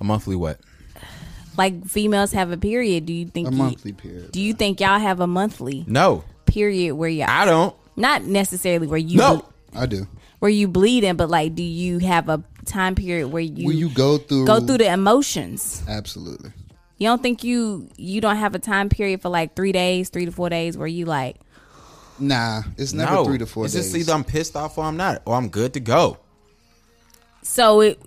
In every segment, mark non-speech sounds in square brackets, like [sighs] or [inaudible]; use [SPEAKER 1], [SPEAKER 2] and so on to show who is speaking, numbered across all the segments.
[SPEAKER 1] A monthly what?
[SPEAKER 2] Like females have a period. Do you think
[SPEAKER 3] A
[SPEAKER 2] you-
[SPEAKER 3] monthly period.
[SPEAKER 2] Do you think y'all have a monthly
[SPEAKER 1] No,
[SPEAKER 2] period where y'all
[SPEAKER 1] I don't.
[SPEAKER 2] not necessarily where you
[SPEAKER 1] No.
[SPEAKER 3] I do.
[SPEAKER 2] where you bleeding, but like, do you have a time period where you,
[SPEAKER 3] When you go through,
[SPEAKER 2] go through the emotions?
[SPEAKER 3] absolutely.
[SPEAKER 2] You don't think you you don't have a time period for like three days, three to four days, where you like
[SPEAKER 3] Nah, it's never
[SPEAKER 1] no.
[SPEAKER 3] three to four
[SPEAKER 1] it's
[SPEAKER 3] days.
[SPEAKER 1] just either I'm pissed off or I'm not, or I'm good to go.
[SPEAKER 2] so it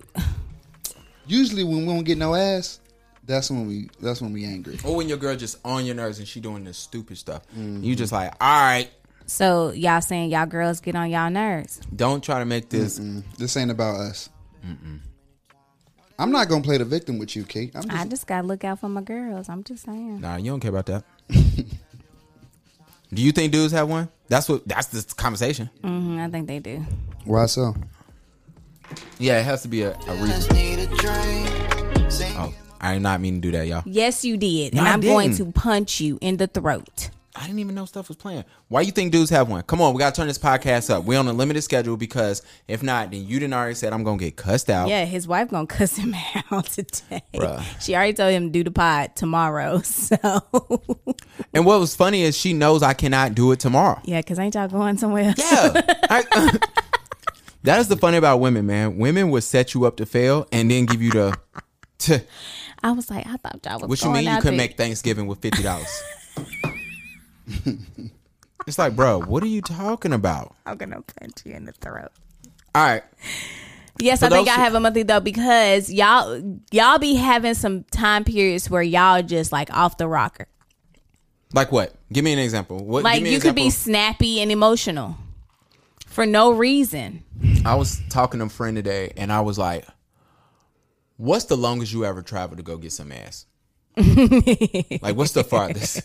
[SPEAKER 3] Usually when we don't get no ass, that's when we that's when we angry.
[SPEAKER 1] Or when your girl just on your nerves and she doing this stupid stuff,
[SPEAKER 3] Mm-hmm.
[SPEAKER 1] you just like, all right,
[SPEAKER 2] so y'all saying y'all girls get on y'all nerves.
[SPEAKER 1] don't try to make this.
[SPEAKER 3] This ain't about us. I'm not gonna play the victim with you, Kate. I'm
[SPEAKER 2] I
[SPEAKER 3] just,
[SPEAKER 2] just gotta look out for my girls. I'm just saying.
[SPEAKER 1] Nah, you don't care about that. Do you think dudes have one? That's what. That's this conversation.
[SPEAKER 3] Mm-hmm.
[SPEAKER 2] hmm I think they do.
[SPEAKER 3] why so?
[SPEAKER 1] Yeah, it has to be a, a reason.
[SPEAKER 4] Oh.
[SPEAKER 1] Oh, I did not mean to do that, y'all.
[SPEAKER 2] Yes, you did,
[SPEAKER 1] No,
[SPEAKER 2] and
[SPEAKER 1] I
[SPEAKER 2] I'm going to
[SPEAKER 1] didn't.
[SPEAKER 2] punch you in the throat.
[SPEAKER 1] I didn't even know stuff was playing. Why you think dudes have one? Come on, we gotta turn this podcast up. We're on a limited schedule because if not, then you didn't already said I'm gonna get cussed out.
[SPEAKER 2] Yeah, his wife gonna [laughs] cuss him out today.
[SPEAKER 1] Bruh.
[SPEAKER 2] She already told him to do the pod tomorrow. [laughs] So
[SPEAKER 1] And what was funny is she knows I cannot do it tomorrow.
[SPEAKER 2] yeah, cause ain't y'all going somewhere? else?
[SPEAKER 1] Yeah. I- [laughs] that is the funny about women, man. Women will set you up to fail and then give you the. [laughs] "Tuh,
[SPEAKER 2] [laughs] I was like, I thought y'all was.
[SPEAKER 1] what you
[SPEAKER 2] going
[SPEAKER 1] mean you
[SPEAKER 2] out
[SPEAKER 1] couldn't
[SPEAKER 2] there.
[SPEAKER 1] make Thanksgiving with fifty dollars?
[SPEAKER 2] [laughs]
[SPEAKER 1] [laughs] it's like, bro, what are you talking about?
[SPEAKER 2] I'm gonna punch you in the throat.
[SPEAKER 1] All right,
[SPEAKER 2] Yes,
[SPEAKER 1] For
[SPEAKER 2] I think
[SPEAKER 1] those
[SPEAKER 2] I
[SPEAKER 1] who-
[SPEAKER 2] have a monthly though because y'all y'all be having some time periods where y'all just like off the rocker.
[SPEAKER 1] like what? Give me an example. What? give
[SPEAKER 2] Like
[SPEAKER 1] me
[SPEAKER 2] you
[SPEAKER 1] an
[SPEAKER 2] could be
[SPEAKER 1] example.
[SPEAKER 2] snappy and emotional for no reason.
[SPEAKER 1] I was talking to a friend today, and I was like, "What's the longest you ever traveled to go get some
[SPEAKER 2] [laughs]
[SPEAKER 1] ass? like, what's the farthest?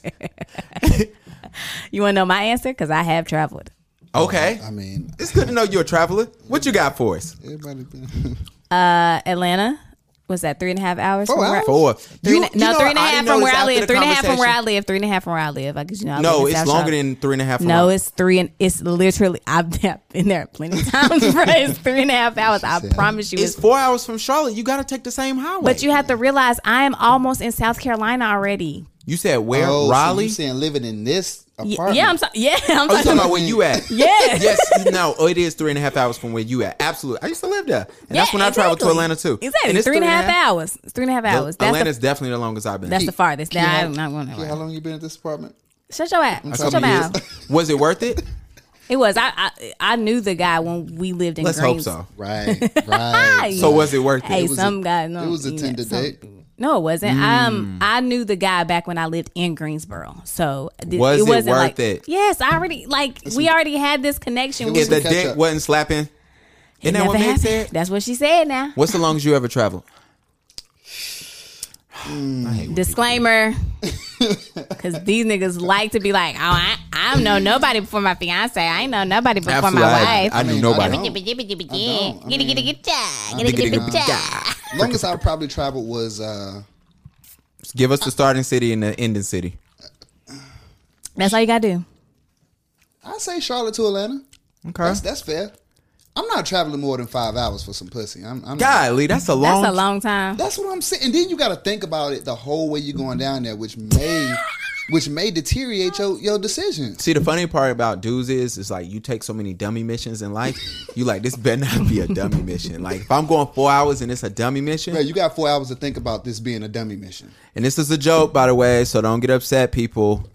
[SPEAKER 2] You want to know my answer? Because I have traveled.
[SPEAKER 1] Okay,
[SPEAKER 3] I mean,
[SPEAKER 1] it's good to know you're a traveler. What you got for us?
[SPEAKER 3] everybody. Been,
[SPEAKER 2] Uh, Atlanta was that three and a half hours.
[SPEAKER 3] Four
[SPEAKER 2] from where I-
[SPEAKER 3] hours?
[SPEAKER 1] Four.
[SPEAKER 2] Three, and- no, three and a
[SPEAKER 1] I
[SPEAKER 2] half
[SPEAKER 1] didn't
[SPEAKER 2] from
[SPEAKER 1] know
[SPEAKER 2] where
[SPEAKER 1] this
[SPEAKER 2] I
[SPEAKER 1] after
[SPEAKER 2] live.
[SPEAKER 1] the
[SPEAKER 2] Three and a half from where I
[SPEAKER 1] conversation.
[SPEAKER 2] live. Three and a half from where I live. I guess you know. I
[SPEAKER 1] No,
[SPEAKER 2] live in
[SPEAKER 1] it's
[SPEAKER 2] South
[SPEAKER 1] longer
[SPEAKER 2] Charlotte.
[SPEAKER 1] than three and a half.
[SPEAKER 2] No,
[SPEAKER 1] miles.
[SPEAKER 2] it's three and it's literally [laughs] I've been there plenty of
[SPEAKER 1] [laughs]
[SPEAKER 2] times, bro. It's three and a half hours. I
[SPEAKER 3] said-
[SPEAKER 2] promise you.
[SPEAKER 1] It's four hours from Charlotte. You got to take the same highway.
[SPEAKER 2] but you have to realize I am almost in South Carolina already.
[SPEAKER 1] you said where?
[SPEAKER 3] oh, so
[SPEAKER 1] Raleigh.
[SPEAKER 3] you saying living in this
[SPEAKER 2] Y-
[SPEAKER 3] apartment?
[SPEAKER 2] Yeah, I'm sorry. Yeah, [laughs]
[SPEAKER 1] I was
[SPEAKER 2] I'm talking
[SPEAKER 1] talking about
[SPEAKER 2] about.
[SPEAKER 1] where [laughs] Oh, you at.
[SPEAKER 2] [laughs] Yeah.
[SPEAKER 1] yes. No, it is three and a half hours from where you at. Absolutely. I used to live there, and that's
[SPEAKER 2] Yeah,
[SPEAKER 1] when I traveled to
[SPEAKER 2] exactly.
[SPEAKER 1] Atlanta too.
[SPEAKER 2] Exactly,
[SPEAKER 1] And it's
[SPEAKER 2] three and a half hours. It's three and a half hours. That's
[SPEAKER 1] Atlanta's
[SPEAKER 2] the
[SPEAKER 1] definitely the longest I've been.
[SPEAKER 2] that's the farthest.
[SPEAKER 3] Key, how-
[SPEAKER 2] Now, I'm not going
[SPEAKER 3] Key, How
[SPEAKER 2] to.
[SPEAKER 3] long you been at this apartment?
[SPEAKER 2] Shut your ass. Shut your
[SPEAKER 1] Couple years. [laughs]
[SPEAKER 2] mouth.
[SPEAKER 1] Was it worth it?
[SPEAKER 2] It was. I, I I knew the guy when we lived in.
[SPEAKER 1] Let's hope
[SPEAKER 2] Greens.
[SPEAKER 1] so.
[SPEAKER 3] [laughs] Right,
[SPEAKER 2] [laughs]
[SPEAKER 3] right.
[SPEAKER 1] So was it worth it?
[SPEAKER 2] Hey,
[SPEAKER 3] was
[SPEAKER 2] some
[SPEAKER 3] a-
[SPEAKER 2] guy. No,
[SPEAKER 3] it was a
[SPEAKER 2] you know,
[SPEAKER 3] Tinder
[SPEAKER 2] some-
[SPEAKER 3] date.
[SPEAKER 2] No, it wasn't.
[SPEAKER 1] Hmm.
[SPEAKER 2] Um, I knew the guy back when I lived in Greensboro. So th-
[SPEAKER 1] Was it
[SPEAKER 2] wasn't
[SPEAKER 1] worth
[SPEAKER 2] like,
[SPEAKER 1] it?
[SPEAKER 2] Yes, I already like we already had this connection.
[SPEAKER 3] was
[SPEAKER 1] If the
[SPEAKER 2] with
[SPEAKER 3] Catch
[SPEAKER 1] dick
[SPEAKER 3] up.
[SPEAKER 1] wasn't slapping, isn't that what Meg said?
[SPEAKER 2] That's what she said. Now,
[SPEAKER 1] What's the longest you ever traveled? I hate when [laughs]
[SPEAKER 2] disclaimer, because these niggas like to be like, oh, I I don't know nobody before my fiance. I ain't know nobody before
[SPEAKER 1] Absolutely,
[SPEAKER 2] my
[SPEAKER 1] I,
[SPEAKER 2] wife.
[SPEAKER 1] I knew
[SPEAKER 3] mean,
[SPEAKER 1] nobody.
[SPEAKER 3] I don't. don't. I
[SPEAKER 2] Gitta, gitta,
[SPEAKER 3] mean-
[SPEAKER 2] gitta, gitta, gitta,
[SPEAKER 1] Gitta, gitta,
[SPEAKER 2] gitta.
[SPEAKER 3] Longest I probably traveled was uh,
[SPEAKER 1] Give us the starting city and the ending city.
[SPEAKER 2] That's all you gotta do.
[SPEAKER 3] I say Charlotte to Atlanta.
[SPEAKER 1] Okay.
[SPEAKER 3] That's that's fair. I'm not traveling more than five hours for some pussy. I'm, I'm not-
[SPEAKER 1] Golly, that's a long.
[SPEAKER 2] That's a long time.
[SPEAKER 3] That's what I'm saying. And then you got to think about it the whole way you're going down there, which may, which may deteriorate your your decisions.
[SPEAKER 1] See, the funny part about dudes is, is like you take so many dummy missions in life. You like this better not be a dummy mission. Like if I'm going four hours and it's a dummy mission,
[SPEAKER 3] Bro, you got four hours to think about this being a dummy mission.
[SPEAKER 1] and this is a joke, by the way, so don't get upset, people.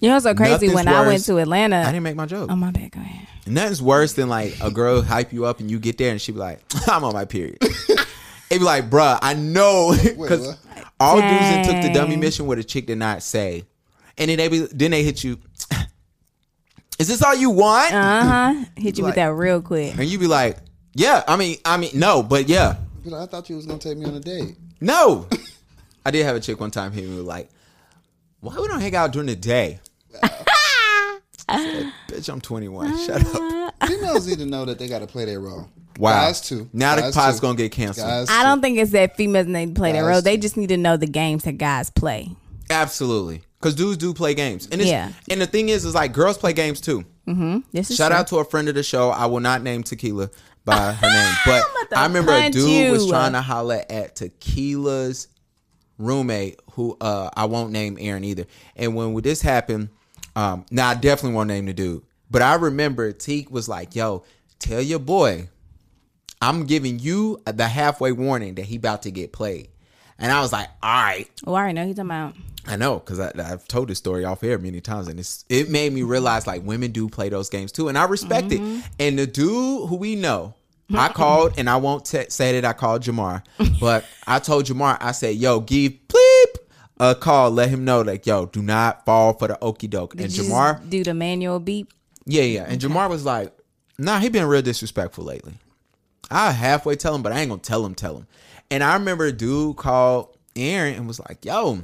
[SPEAKER 2] You know, so crazy
[SPEAKER 1] Nothing's
[SPEAKER 2] when I went
[SPEAKER 1] worse.
[SPEAKER 2] to Atlanta.
[SPEAKER 1] I didn't make my joke.
[SPEAKER 2] oh my bad. Go ahead.
[SPEAKER 1] Nothing's worse than like a girl hype you up and you get there and she be like, [laughs] I'm on my period. It'd be like, bruh, I know. [laughs] Because
[SPEAKER 3] what?
[SPEAKER 1] all dudes that took the dummy
[SPEAKER 2] Dang.
[SPEAKER 1] mission where the chick did not say. And then they be, then they hit you. Is this all you want?
[SPEAKER 2] Uh huh. Hit you with
[SPEAKER 1] like-
[SPEAKER 2] that real quick.
[SPEAKER 1] And you be like, Yeah, I mean, I mean, no, but yeah.
[SPEAKER 3] But I thought you was gonna take me on a date.
[SPEAKER 1] No. I did have a chick one time hit me with like, Why we don't hang out during the day? I said, Bitch, I'm 21. Shut up.
[SPEAKER 3] Females need to know that they got to play their role.
[SPEAKER 1] Wow.
[SPEAKER 3] Guys too.
[SPEAKER 1] Now
[SPEAKER 3] Guys,
[SPEAKER 1] the pod's
[SPEAKER 3] too.
[SPEAKER 1] gonna get canceled.
[SPEAKER 3] Guys,
[SPEAKER 2] I don't think it's that females need to play their
[SPEAKER 3] Guys
[SPEAKER 2] role. They
[SPEAKER 3] do.
[SPEAKER 2] just need to know the games that guys play.
[SPEAKER 1] Absolutely, because dudes do play games, and it's,
[SPEAKER 2] Yeah.
[SPEAKER 1] And the thing is, is like girls play games too.
[SPEAKER 2] This is
[SPEAKER 1] Shout
[SPEAKER 2] true.
[SPEAKER 1] out to a friend of the show. I will not name Tequila, by her
[SPEAKER 2] [laughs]
[SPEAKER 1] name. But
[SPEAKER 2] about to
[SPEAKER 1] I remember a
[SPEAKER 2] punch
[SPEAKER 1] dude was
[SPEAKER 2] you.
[SPEAKER 1] trying to holler at Tequila's roommate, who uh, I won't name Aaron either. And when this happened, um, now I definitely won't name the dude. But I remember Teak was like, "Yo, tell your boy, I'm giving you the halfway warning that he about to get played." And I was like, "All right."
[SPEAKER 2] Oh, I already know who you're talking about.
[SPEAKER 1] I know because I've told this story off air many times, and it's it made me realize like women do play those games too, and I respect
[SPEAKER 2] Mm-hmm.
[SPEAKER 1] it. And the dude who we know, I called, and I won't t- say that I called Jamar, but I told Jamar, I said, "Yo, give bleep a call, let him know like, yo, do not fall for the okey doke." And
[SPEAKER 2] Did you
[SPEAKER 1] Jamar,
[SPEAKER 2] just do the manual beep.
[SPEAKER 1] yeah, yeah, and Jamar was like, "Nah, he been real disrespectful lately." I halfway tell him, but I ain't gonna tell him. Tell him. And I remember a dude called Aaron and was like, "Yo,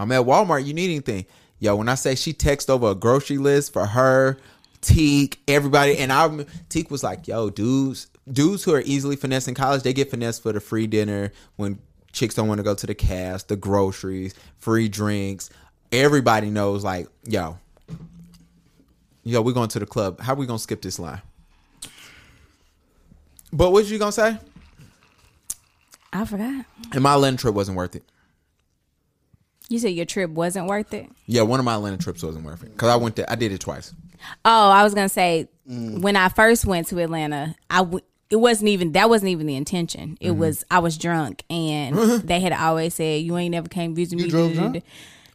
[SPEAKER 1] I'm at Walmart. You need anything?" Yo, when I say she texted over a grocery list for her, Teak, everybody, and I Teak was like, "Yo, dudes, dudes who are easily finessed in college, they get finessed for the free dinner when chicks don't want to go to the cast, the groceries, free drinks. Everybody knows, like, yo, yo, we going to the club. How we gonna skip this line?" But what you gonna say?
[SPEAKER 2] I forgot.
[SPEAKER 1] And my Atlanta trip wasn't worth it.
[SPEAKER 2] You said your trip wasn't worth it.
[SPEAKER 1] Yeah, one of my Atlanta trips wasn't worth it because I went there. I did it twice.
[SPEAKER 2] Oh, I was gonna say
[SPEAKER 3] Mm.
[SPEAKER 2] when I first went to Atlanta, I w- it wasn't even that wasn't even the intention.
[SPEAKER 3] Mm-hmm.
[SPEAKER 2] It was I was drunk and they had always said you ain't never came visit me. duh,
[SPEAKER 3] drove
[SPEAKER 2] duh, duh,
[SPEAKER 3] drunk?
[SPEAKER 2] duh."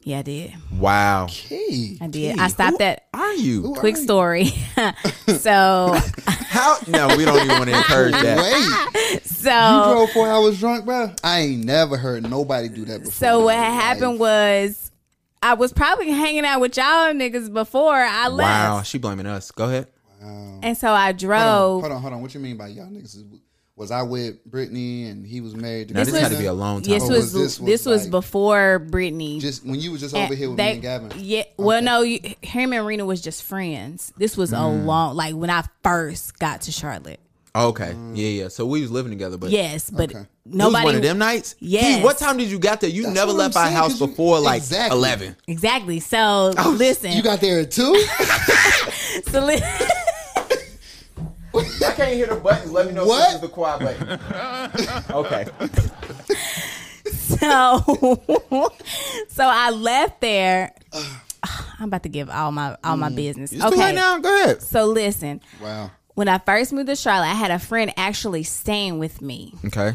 [SPEAKER 2] Yeah, I did.
[SPEAKER 1] Wow.
[SPEAKER 3] Hey,
[SPEAKER 2] I did. I stopped
[SPEAKER 1] Who
[SPEAKER 2] at
[SPEAKER 1] Are you?
[SPEAKER 2] quick
[SPEAKER 3] [laughs]
[SPEAKER 2] story. [laughs] so
[SPEAKER 1] How? No, we don't even want to encourage that.
[SPEAKER 3] wait,
[SPEAKER 2] so
[SPEAKER 3] you drove four hours drunk, bro. I ain't never heard nobody do that before.
[SPEAKER 2] So
[SPEAKER 3] in
[SPEAKER 2] what
[SPEAKER 3] my life.
[SPEAKER 2] happened was I was probably hanging out with y'all niggas before I left.
[SPEAKER 1] Wow, she blaming us. Go ahead.
[SPEAKER 2] And so I
[SPEAKER 3] Hold on,
[SPEAKER 2] drove.
[SPEAKER 3] hold on, hold on. What you mean by y'all niggas? Is, was I with Brittany and he was married? To
[SPEAKER 1] Now this
[SPEAKER 2] was-
[SPEAKER 1] had to be a long time.
[SPEAKER 2] This
[SPEAKER 1] ago.
[SPEAKER 3] was-
[SPEAKER 2] was
[SPEAKER 3] Oh, this
[SPEAKER 2] this
[SPEAKER 3] was
[SPEAKER 2] was,
[SPEAKER 3] like-
[SPEAKER 2] before Brittany.
[SPEAKER 3] just when you was just over here with me and Gavin.
[SPEAKER 2] Yeah. Well, no, you, him and Rena was just friends. This was a
[SPEAKER 1] Mm.
[SPEAKER 2] long, like when I first got to Charlotte.
[SPEAKER 1] okay.
[SPEAKER 3] Mm.
[SPEAKER 1] Yeah, yeah. So we was living together, but
[SPEAKER 2] Yes, but
[SPEAKER 3] Okay.
[SPEAKER 1] It was
[SPEAKER 2] nobody.
[SPEAKER 1] one of them nights.
[SPEAKER 2] Yes.
[SPEAKER 1] Gee, what time did you got there? You
[SPEAKER 3] That's
[SPEAKER 1] never
[SPEAKER 3] what
[SPEAKER 1] left
[SPEAKER 3] I'm
[SPEAKER 1] our
[SPEAKER 3] saying,
[SPEAKER 1] house
[SPEAKER 3] 'cause you-
[SPEAKER 1] before like
[SPEAKER 3] Exactly.
[SPEAKER 1] eleven.
[SPEAKER 2] Exactly. So
[SPEAKER 1] Oh,
[SPEAKER 2] listen.
[SPEAKER 3] You got there too.
[SPEAKER 2] [laughs] so [laughs] li-
[SPEAKER 1] I can't hear the buttons. Let me know
[SPEAKER 3] if What? this is the
[SPEAKER 1] quad button. [laughs] okay.
[SPEAKER 2] so so I left
[SPEAKER 3] [sighs]
[SPEAKER 2] there. I'm about to give all my all
[SPEAKER 3] Mm.
[SPEAKER 2] my business.
[SPEAKER 1] Okay.
[SPEAKER 2] okay.
[SPEAKER 1] now, go ahead.
[SPEAKER 2] So listen,
[SPEAKER 3] [laughs] wow.
[SPEAKER 2] when I first moved to Charlotte, I had a friend actually staying with me.
[SPEAKER 1] Okay.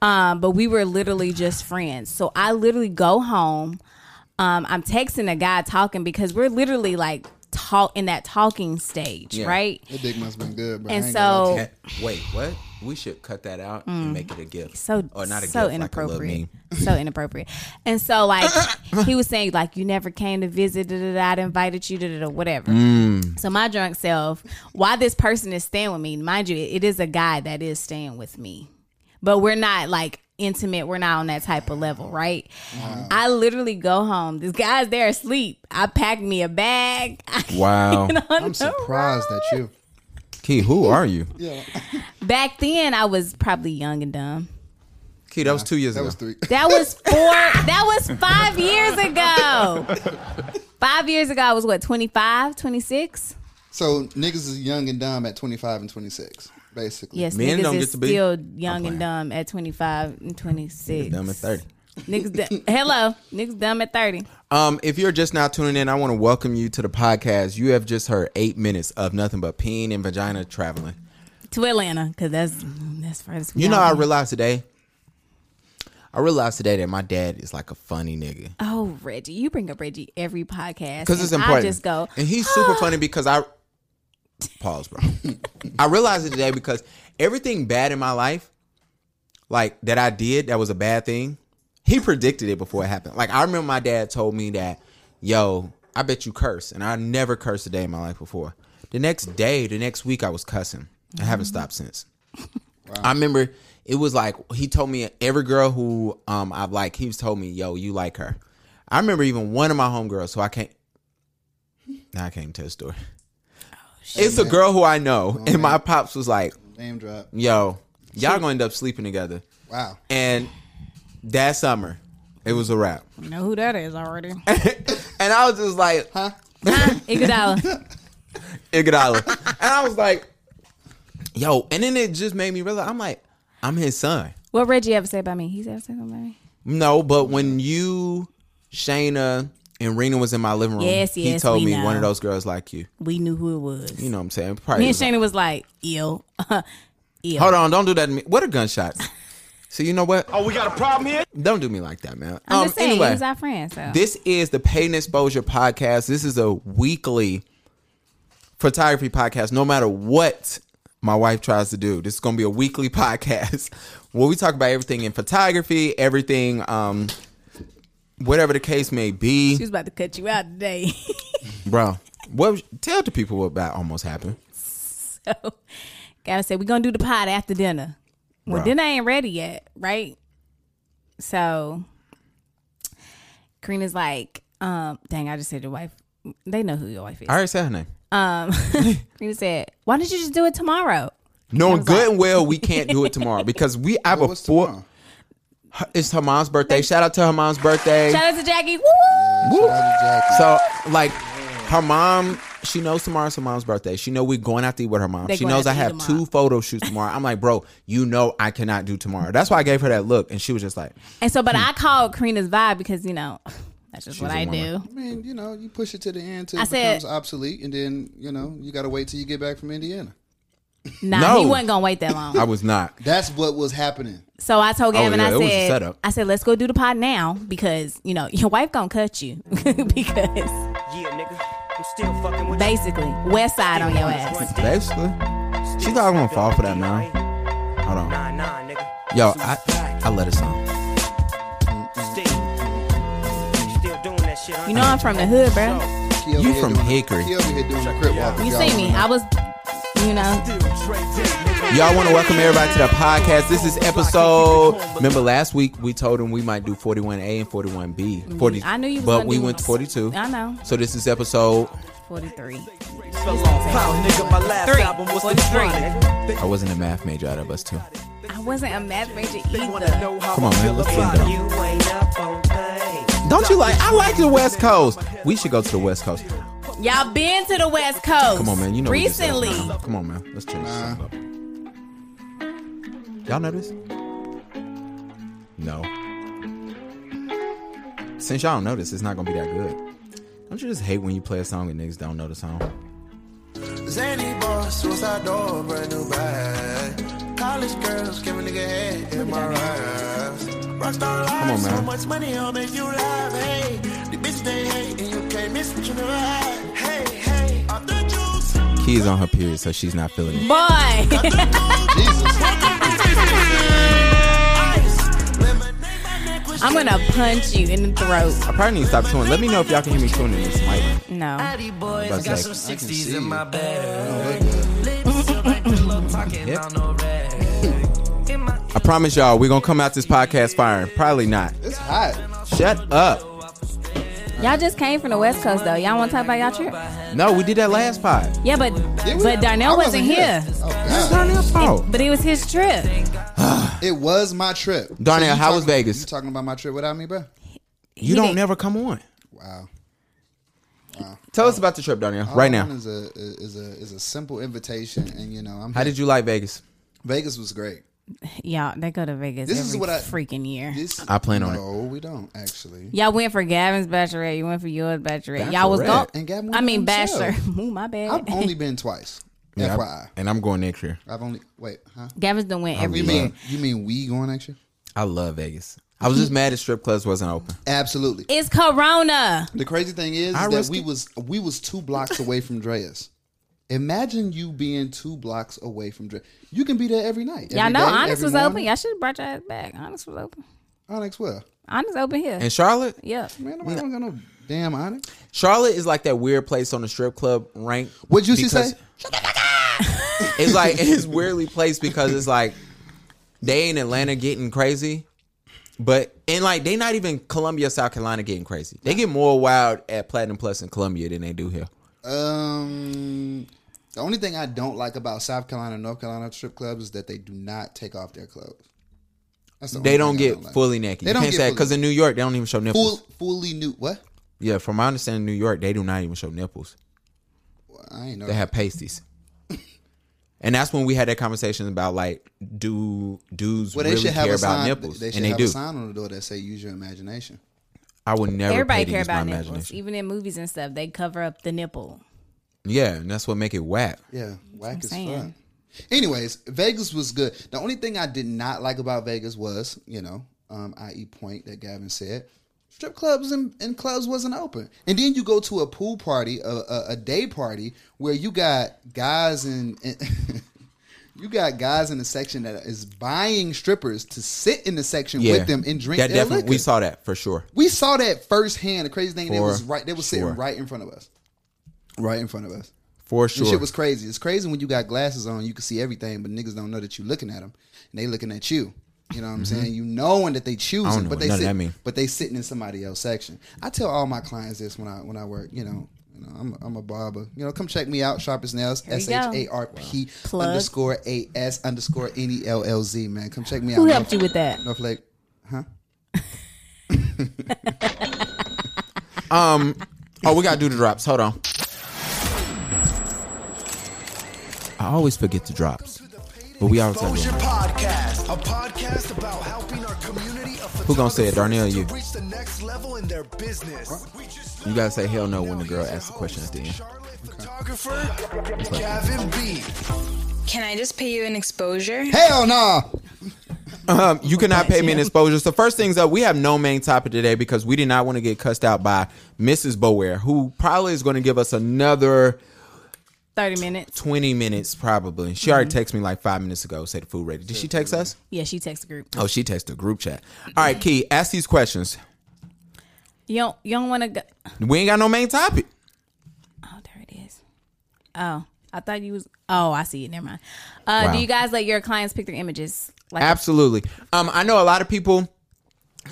[SPEAKER 2] Um, but we were literally just friends. So I literally go home. Um, I'm texting a guy talking because we're literally like talk in that talking stage,
[SPEAKER 1] Yeah.
[SPEAKER 2] right?
[SPEAKER 3] That dick must have been good, bro. I
[SPEAKER 2] And
[SPEAKER 3] ain't gonna lie to
[SPEAKER 2] so
[SPEAKER 1] Eh,
[SPEAKER 3] you.
[SPEAKER 1] Wait, what? We should cut that out and make it a gift.
[SPEAKER 2] Mm. so
[SPEAKER 1] or not a
[SPEAKER 2] so
[SPEAKER 1] gift, Like a little
[SPEAKER 2] inappropriate
[SPEAKER 1] meme. [laughs]
[SPEAKER 2] so inappropriate and so like he was saying like you never came to visit da, da, da, i invited you da, da, da, whatever
[SPEAKER 1] Mm.
[SPEAKER 2] so my drunk self why this person is staying with me mind you it is a guy that is staying with me but we're not like intimate we're not on that type of level right i literally go home this guy's there asleep i pack me a bag [laughs]
[SPEAKER 1] Wow.
[SPEAKER 3] I'm surprised at you.
[SPEAKER 1] Key, who are you?
[SPEAKER 3] Yeah,
[SPEAKER 2] back then i was probably young and dumb
[SPEAKER 1] Key, that was two years
[SPEAKER 3] that
[SPEAKER 1] ago.
[SPEAKER 3] was three.
[SPEAKER 2] That was four. that was five years ago. Five years ago, I was what, 25, 26?
[SPEAKER 3] So niggas is young and dumb at 25 and 26, basically.
[SPEAKER 2] Yes,
[SPEAKER 1] Men
[SPEAKER 2] niggas
[SPEAKER 1] don't
[SPEAKER 2] is
[SPEAKER 1] get to be-
[SPEAKER 2] still
[SPEAKER 1] I'm
[SPEAKER 2] young
[SPEAKER 1] playing.
[SPEAKER 2] and dumb at 25 and 26.
[SPEAKER 1] Dumb at 30.
[SPEAKER 2] Niggas, du- hello. Niggas dumb at 30.
[SPEAKER 1] Um, if you're just now tuning in, I want to welcome you to the podcast. You have just heard eight minutes of nothing but peeing and vagina traveling.
[SPEAKER 2] To Atlanta, because that's, that's first.
[SPEAKER 1] You know, I realized today. I realized today that my dad is like a funny nigga.
[SPEAKER 2] Oh, Reggie. You bring up Reggie every podcast.
[SPEAKER 1] because it's
[SPEAKER 2] and
[SPEAKER 1] important. Eh.
[SPEAKER 2] I just go,
[SPEAKER 1] and he's super funny because
[SPEAKER 2] [laughs]
[SPEAKER 1] I pause, bro. I realized it today because everything bad in my life, like that I did, that was a bad thing. He predicted it before it happened. Like I remember my dad told me that, yo, I bet you curse, and I never cursed a day in my life before. The next day, the next week, I was cussing. I haven't
[SPEAKER 2] Mm-hmm.
[SPEAKER 1] stopped
[SPEAKER 2] [laughs]
[SPEAKER 1] since. I remember it was like he told me every girl who um I've like he was told me, yo, you like her. I remember even one of my homegirls, so I can't now I can't even tell the story.
[SPEAKER 2] Oh,
[SPEAKER 1] it's a girl who I know, and my pops was like,
[SPEAKER 3] Name drop.
[SPEAKER 1] yo, y'all gonna end up sleeping together.
[SPEAKER 3] Wow.
[SPEAKER 1] And that summer, it was a wrap.
[SPEAKER 2] you know who that is already. [laughs]
[SPEAKER 1] And I was just like,
[SPEAKER 2] Iguodala. [laughs]
[SPEAKER 1] Iguodala. and I was like, Yo, and then it just made me realize I'm like, I'm his son.
[SPEAKER 2] What Reggie ever said about me? He's ever said something about me?
[SPEAKER 1] No, but when you, Shayna, and Rena was in my living room,
[SPEAKER 2] Yes,
[SPEAKER 1] he
[SPEAKER 2] yes,
[SPEAKER 1] told
[SPEAKER 2] we
[SPEAKER 1] me
[SPEAKER 2] know.
[SPEAKER 1] one of those girls like you.
[SPEAKER 2] We knew who it was.
[SPEAKER 1] You know what I'm saying? Probably
[SPEAKER 2] Me and
[SPEAKER 1] was like-
[SPEAKER 2] Shana was like, uh, ew. [laughs] ew.
[SPEAKER 1] Hold on, don't do that to me. What are
[SPEAKER 2] [laughs]
[SPEAKER 1] gunshots? so you know what?
[SPEAKER 5] Oh, we got a problem here?
[SPEAKER 1] Don't do me like that, man.
[SPEAKER 2] I'm just saying,
[SPEAKER 1] Um, anyway,
[SPEAKER 2] he was our friend. So.
[SPEAKER 1] this is the Paid and Exposure podcast. This is a weekly photography podcast. No matter what my wife tries to do, this is going to be a weekly [laughs] podcast where we talk about everything in photography, everything, um, whatever the case may be.
[SPEAKER 2] she was about to cut you out today. [laughs]
[SPEAKER 1] Bro, what? was- Tell the people what about almost happened.
[SPEAKER 2] so, gotta say, we're gonna do the pod after dinner. Well,
[SPEAKER 1] Right.
[SPEAKER 2] dinner ain't ready yet, right? So, Karina's like, um, dang, I just said your wife. They know who your wife is.
[SPEAKER 1] I already said her name.
[SPEAKER 2] Um, [laughs] Karina said, why don't you just do it tomorrow?
[SPEAKER 1] Knowing good and well, we can't do it tomorrow because we have a
[SPEAKER 3] What's
[SPEAKER 1] four.
[SPEAKER 3] tomorrow?
[SPEAKER 1] her- it's her mom's birthday. Shout out to her mom's birthday.
[SPEAKER 2] Shout out to Jackie. Woo!
[SPEAKER 1] Woo.
[SPEAKER 3] Shout out to Jackie.
[SPEAKER 1] So like her mom, she knows tomorrow's her mom's birthday. She know we're going out to eat with her mom.
[SPEAKER 2] They
[SPEAKER 1] she
[SPEAKER 2] going
[SPEAKER 1] knows
[SPEAKER 2] out
[SPEAKER 1] I
[SPEAKER 2] to eat
[SPEAKER 1] have
[SPEAKER 2] tomorrow.
[SPEAKER 1] two photo shoots tomorrow. I'm like, bro, you know I cannot do tomorrow. That's why I gave her that look, and she was just like,
[SPEAKER 2] And so, but I called Karina's vibe because, you know, that's just what
[SPEAKER 1] Hmm. a
[SPEAKER 2] I
[SPEAKER 1] woman.
[SPEAKER 2] do.
[SPEAKER 3] I mean, you know, you push it to the end till
[SPEAKER 2] I
[SPEAKER 3] it
[SPEAKER 2] said-
[SPEAKER 3] becomes obsolete, and then you know you got to wait till you get back from Indiana.
[SPEAKER 2] Nah,
[SPEAKER 1] No.
[SPEAKER 2] he wasn't gonna wait that long.
[SPEAKER 1] I was not.
[SPEAKER 3] That's what was happening.
[SPEAKER 2] So I told
[SPEAKER 1] Oh,
[SPEAKER 2] Gavin,
[SPEAKER 1] yeah, it
[SPEAKER 2] I
[SPEAKER 1] was a
[SPEAKER 2] said,
[SPEAKER 1] setup.
[SPEAKER 2] I said, let's go do the pod now because you know [laughs] your wife gonna cut you [laughs] because
[SPEAKER 5] Yeah, nigga. I'm still fucking with
[SPEAKER 2] basically West Side on your ass.
[SPEAKER 1] Basically, she thought I was gonna fall for that, man. Hold on,
[SPEAKER 5] Nah, nah, nigga.
[SPEAKER 1] yo, I I let it song.
[SPEAKER 5] Still, still doing that shit.
[SPEAKER 2] You know I'm from the hood, bro.
[SPEAKER 3] He over
[SPEAKER 1] You
[SPEAKER 3] here
[SPEAKER 1] from
[SPEAKER 3] doing-
[SPEAKER 1] Hickory.
[SPEAKER 3] He over here doing the crip walk.
[SPEAKER 2] You
[SPEAKER 3] Y'all
[SPEAKER 2] see me? I was, you know,
[SPEAKER 1] Y'all want to welcome everybody to the podcast. This is episode. Remember last week we told them we might do 41A and 41B. 40,
[SPEAKER 2] Mm-hmm. I knew you was
[SPEAKER 1] but
[SPEAKER 2] gonna
[SPEAKER 1] we
[SPEAKER 2] do
[SPEAKER 1] went to 42.
[SPEAKER 2] I know.
[SPEAKER 1] So this is episode
[SPEAKER 2] 43.
[SPEAKER 5] nigga, my last
[SPEAKER 2] Three.
[SPEAKER 5] album was
[SPEAKER 2] Forty three.
[SPEAKER 5] Detroit.
[SPEAKER 1] I wasn't a math major out of us two.
[SPEAKER 2] I wasn't a math major
[SPEAKER 5] They wanna
[SPEAKER 2] either.
[SPEAKER 5] know how
[SPEAKER 1] Come on,
[SPEAKER 5] I
[SPEAKER 1] man,
[SPEAKER 5] feel
[SPEAKER 1] let's end
[SPEAKER 5] about
[SPEAKER 1] it up.
[SPEAKER 5] You ain't up on things.
[SPEAKER 1] Don't you like? I like the West Coast. We should go to the West Coast.
[SPEAKER 2] Y'all been to the West Coast?
[SPEAKER 1] Come on, man. You know we just-
[SPEAKER 2] recently.
[SPEAKER 1] Come on, man. Let's change something up. Y'all know this? No. Since y'all don't know this, it's not gonna be that good. Don't you just hate when you play a song and niggas don't know the song?
[SPEAKER 4] Zany boss, suicide door, brand new bag. College girls, give a nigga head in my raps. Rockstar
[SPEAKER 1] Come on,
[SPEAKER 4] life, so
[SPEAKER 1] man.
[SPEAKER 4] much money, I'll make you laugh. Hey, the bitch they hate, and you can't miss what you never had. Hey, hey, off the juice.
[SPEAKER 1] Key's on her period, so she's not feeling it.
[SPEAKER 2] [laughs] Boy,
[SPEAKER 4] Ice, lemonade, my neck was
[SPEAKER 2] I'm gonna
[SPEAKER 4] shaking.
[SPEAKER 2] punch you in the throat.
[SPEAKER 1] I probably need to stop chewing. Let me know if y'all can hear me chewing in this mic.
[SPEAKER 2] No.
[SPEAKER 6] Natty boys
[SPEAKER 1] But
[SPEAKER 6] got
[SPEAKER 1] like,
[SPEAKER 6] some
[SPEAKER 1] I
[SPEAKER 3] can see
[SPEAKER 6] 60s in
[SPEAKER 3] you.
[SPEAKER 6] my bag.
[SPEAKER 3] don't look good.
[SPEAKER 6] Lips feel like pillow talking
[SPEAKER 1] Yep.
[SPEAKER 6] on no rag. In my
[SPEAKER 1] [laughs] I promise y'all, we're gonna come out this podcast firing. Probably not.
[SPEAKER 3] It's hot.
[SPEAKER 1] Shut up.
[SPEAKER 2] Y'all just came from the West Coast though. Y'all want to talk about y'all trip?
[SPEAKER 1] No, we did that last pod.
[SPEAKER 2] Yeah, but
[SPEAKER 3] Did we?
[SPEAKER 2] but Darnell
[SPEAKER 3] I
[SPEAKER 2] wasn't here.
[SPEAKER 3] Oh,
[SPEAKER 1] It's
[SPEAKER 2] [laughs]
[SPEAKER 3] God.
[SPEAKER 1] not your fault.
[SPEAKER 2] But it was his trip.
[SPEAKER 3] It was my trip.
[SPEAKER 1] Darnell,
[SPEAKER 3] you
[SPEAKER 1] how was
[SPEAKER 3] talking-
[SPEAKER 1] Vegas?
[SPEAKER 3] You talking about my trip without me, bro?
[SPEAKER 1] You don't
[SPEAKER 2] didn't-
[SPEAKER 1] never come on.
[SPEAKER 3] Wow.
[SPEAKER 1] Tell us about the trip, Daniel, right
[SPEAKER 3] All I
[SPEAKER 1] now.
[SPEAKER 3] want Is a is a is a simple invitation, and you know, I'm
[SPEAKER 1] How did you like Vegas?
[SPEAKER 3] Vegas was great.
[SPEAKER 2] Y'all, they go to Vegas
[SPEAKER 3] This
[SPEAKER 2] every
[SPEAKER 3] is what I-
[SPEAKER 2] freaking year.
[SPEAKER 3] This,
[SPEAKER 1] I plan on it.
[SPEAKER 3] No, we don't actually.
[SPEAKER 2] Y'all went for Gavin's bachelorette. You went for yours bachelorette. Y'all was
[SPEAKER 1] Bachelorette.
[SPEAKER 2] going.
[SPEAKER 3] And Gavin went
[SPEAKER 2] I mean,
[SPEAKER 3] for himself.
[SPEAKER 2] bachelor. [laughs] Ooh, my bad.
[SPEAKER 3] I've only been twice. FYI,
[SPEAKER 1] and I'm going next year.
[SPEAKER 3] I've only wait, huh?
[SPEAKER 2] Gavin's done went every
[SPEAKER 3] You
[SPEAKER 1] love-
[SPEAKER 2] year.
[SPEAKER 3] mean you mean we going next year?
[SPEAKER 1] I love Vegas. I was just mad that strip clubs wasn't open.
[SPEAKER 3] Absolutely.
[SPEAKER 2] It's Corona.
[SPEAKER 3] The crazy thing is, is
[SPEAKER 1] I
[SPEAKER 3] that
[SPEAKER 1] risk
[SPEAKER 3] we
[SPEAKER 1] it.
[SPEAKER 3] was we was two blocks away from Dreas. Imagine you being two blocks away from Dreas. You can be there every night.
[SPEAKER 2] Y'all
[SPEAKER 3] every
[SPEAKER 2] know
[SPEAKER 3] day,
[SPEAKER 2] Onyx
[SPEAKER 3] every
[SPEAKER 2] was
[SPEAKER 3] morning.
[SPEAKER 2] open. Y'all should have brought your ass back. Onyx was open.
[SPEAKER 3] Onyx, well,
[SPEAKER 2] Onyx open here.
[SPEAKER 1] And Charlotte,
[SPEAKER 2] yep.
[SPEAKER 3] man, nobody don't got no damn Onyx.
[SPEAKER 1] Charlotte is like that weird place on the strip club rank.
[SPEAKER 3] What'd you see
[SPEAKER 1] because-
[SPEAKER 3] say?
[SPEAKER 1] [laughs] It's like it's weirdly placed because it's like they in Atlanta getting crazy, but and like they not even Columbia, South Carolina getting crazy. They get more wild at Platinum Plus in Columbia than they do here.
[SPEAKER 3] Um, the only thing I don't like about South Carolina, North Carolina strip clubs is that they do not take off their clothes. That's the
[SPEAKER 1] They
[SPEAKER 3] only
[SPEAKER 1] don't
[SPEAKER 3] thing I
[SPEAKER 1] get
[SPEAKER 3] like.
[SPEAKER 1] fully naked.
[SPEAKER 3] They
[SPEAKER 1] you
[SPEAKER 3] don't
[SPEAKER 1] can't
[SPEAKER 3] get
[SPEAKER 1] say
[SPEAKER 3] fully-
[SPEAKER 1] because in New York they don't even show nipples.
[SPEAKER 3] Full, fully new. What?
[SPEAKER 1] Yeah, from my understanding, in New York they do not even show nipples.
[SPEAKER 3] [laughs] I ain't know.
[SPEAKER 1] They have pasties. And that's when we had that conversation about like, do dudes
[SPEAKER 3] Well, they
[SPEAKER 1] really
[SPEAKER 3] should have
[SPEAKER 1] care
[SPEAKER 3] a
[SPEAKER 1] about
[SPEAKER 3] sign.
[SPEAKER 1] nipples?
[SPEAKER 3] They should
[SPEAKER 1] and they
[SPEAKER 3] have
[SPEAKER 1] do.
[SPEAKER 3] a sign on the door that say "Use your imagination."
[SPEAKER 1] I would never.
[SPEAKER 2] Everybody
[SPEAKER 1] pay to
[SPEAKER 2] care
[SPEAKER 1] use
[SPEAKER 2] about
[SPEAKER 1] my
[SPEAKER 2] nipples,
[SPEAKER 1] imagination.
[SPEAKER 2] even in movies and stuff. They cover up the nipple.
[SPEAKER 1] Yeah, and that's what make it whack.
[SPEAKER 3] Yeah, whack as fuck.
[SPEAKER 2] saying.
[SPEAKER 3] Anyways, Vegas was good. The only thing I did not like about Vegas was, you know, um, i.e. point that Gavin said, strip clubs and, and clubs wasn't open. And then you go to a pool party, a, a, a day party where you got guys and. and [laughs] You got guys in the section that is buying strippers to sit in the section
[SPEAKER 1] Yeah,
[SPEAKER 3] with them and drink
[SPEAKER 1] That
[SPEAKER 3] their
[SPEAKER 1] definitely
[SPEAKER 3] liquor.
[SPEAKER 1] we saw that for sure.
[SPEAKER 3] We saw that firsthand. The crazy thing, they
[SPEAKER 1] For
[SPEAKER 3] was right. They was sitting
[SPEAKER 1] sure.
[SPEAKER 3] right in front of us, right in front of us.
[SPEAKER 1] For
[SPEAKER 3] This
[SPEAKER 1] sure.
[SPEAKER 3] shit was crazy. It's crazy when you got glasses on, you can see everything, but niggas don't know that you looking at them, and they looking at you. You know what I'm saying? You knowing that they
[SPEAKER 1] Mm-hmm. I
[SPEAKER 3] choosing,
[SPEAKER 1] don't know what
[SPEAKER 3] but they
[SPEAKER 1] none of
[SPEAKER 3] sit,
[SPEAKER 1] that mean.
[SPEAKER 3] but they sitting in somebody else's section. I tell all my clients this when I when I work. You know, you know, I'm I'm a barber. You know, come check me out. Sharp as nails.
[SPEAKER 2] you
[SPEAKER 3] S
[SPEAKER 2] go.
[SPEAKER 3] H A R P
[SPEAKER 2] Plug.
[SPEAKER 3] underscore A S underscore N E L L Z. Man, come check me out.
[SPEAKER 2] Who
[SPEAKER 3] North-
[SPEAKER 2] helped you with that?
[SPEAKER 3] North Lake, huh?
[SPEAKER 1] Um. Oh, we gotta do the drops. Hold on. I always forget the drops, but we always have
[SPEAKER 4] Exposure
[SPEAKER 1] them.
[SPEAKER 4] Podcast, a podcast about helping our community of
[SPEAKER 1] Who gonna say it, Darnell or
[SPEAKER 4] photographers
[SPEAKER 1] you?
[SPEAKER 4] to reach the next level in their business.
[SPEAKER 1] You gotta say hell no when the girl asks the question at the end.
[SPEAKER 4] Charlotte photographer Gavin B.
[SPEAKER 7] Can I just pay you an exposure?
[SPEAKER 3] Hell no.
[SPEAKER 1] Um, you cannot pay me an exposure. So first things up, we have no main topic today because we did not want to get cussed out by Mrs. Bower, who probably is going to give us another
[SPEAKER 2] Thirty minutes.
[SPEAKER 1] twenty minutes. Probably she already texted me like five minutes ago. Say Mm-hmm. the food ready. Did she text us?
[SPEAKER 2] Yeah, she texted the group.
[SPEAKER 1] Oh, she texted a group chat. All right, Key, ask these questions.
[SPEAKER 2] You don't. You don't want to go.
[SPEAKER 1] We ain't got no main topic.
[SPEAKER 2] Oh, there it is. Oh, I thought you was. Oh, I see it. Never mind. Uh,
[SPEAKER 1] Wow.
[SPEAKER 2] Do you guys let your clients pick their images? Like,
[SPEAKER 1] Absolutely. Um, I know a lot of people.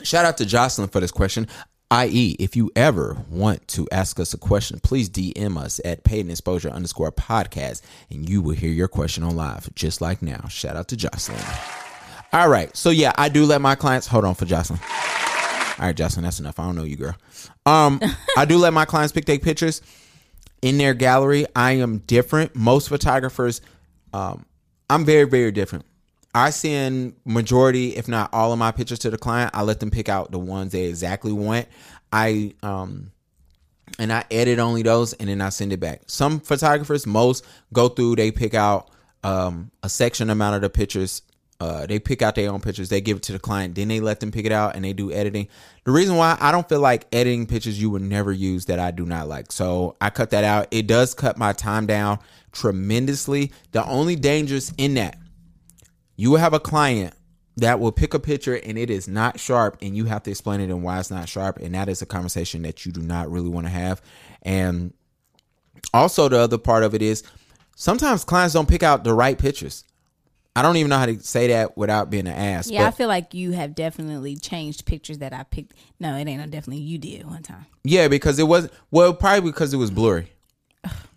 [SPEAKER 1] Shout out to Jocelyn for this question. I.e., if you ever want to ask us a question, please DM us at paid and exposure underscore podcast, and you will hear your question on live, just like now. Shout out to Jocelyn. All right. So yeah, I do let my clients hold on for Jocelyn. All right, Jocelyn, that's enough. I don't know you, girl. Um, I do let my clients pick their pictures in their gallery. I am different. Most photographers, um, I'm very, very different. I send majority, if not all, of my pictures to the client. I let them pick out the ones they exactly want. I um, and I edit only those, and then I send it back. Some photographers, most go through, they pick out um, a section amount of the pictures. Uh, they pick out their own pictures. They give it to the client. Then they let them pick it out, and they do editing. The reason why I don't feel like editing pictures you would never use that I do not like, so I cut that out. It does cut my time down tremendously. The only dangers in that you will have a client that will pick a picture and it is not sharp and you have to explain it and why it's not sharp and that is a conversation that you do not really want to have and also the other part of it is sometimes clients don't pick out the right pictures i don't even know how to say that without being an ass
[SPEAKER 2] yeah, I
[SPEAKER 1] but-
[SPEAKER 2] feel like you have definitely changed pictures that I picked. No, it ain't. I definitely you did one time.
[SPEAKER 1] Yeah, because it was well, probably because it was blurry.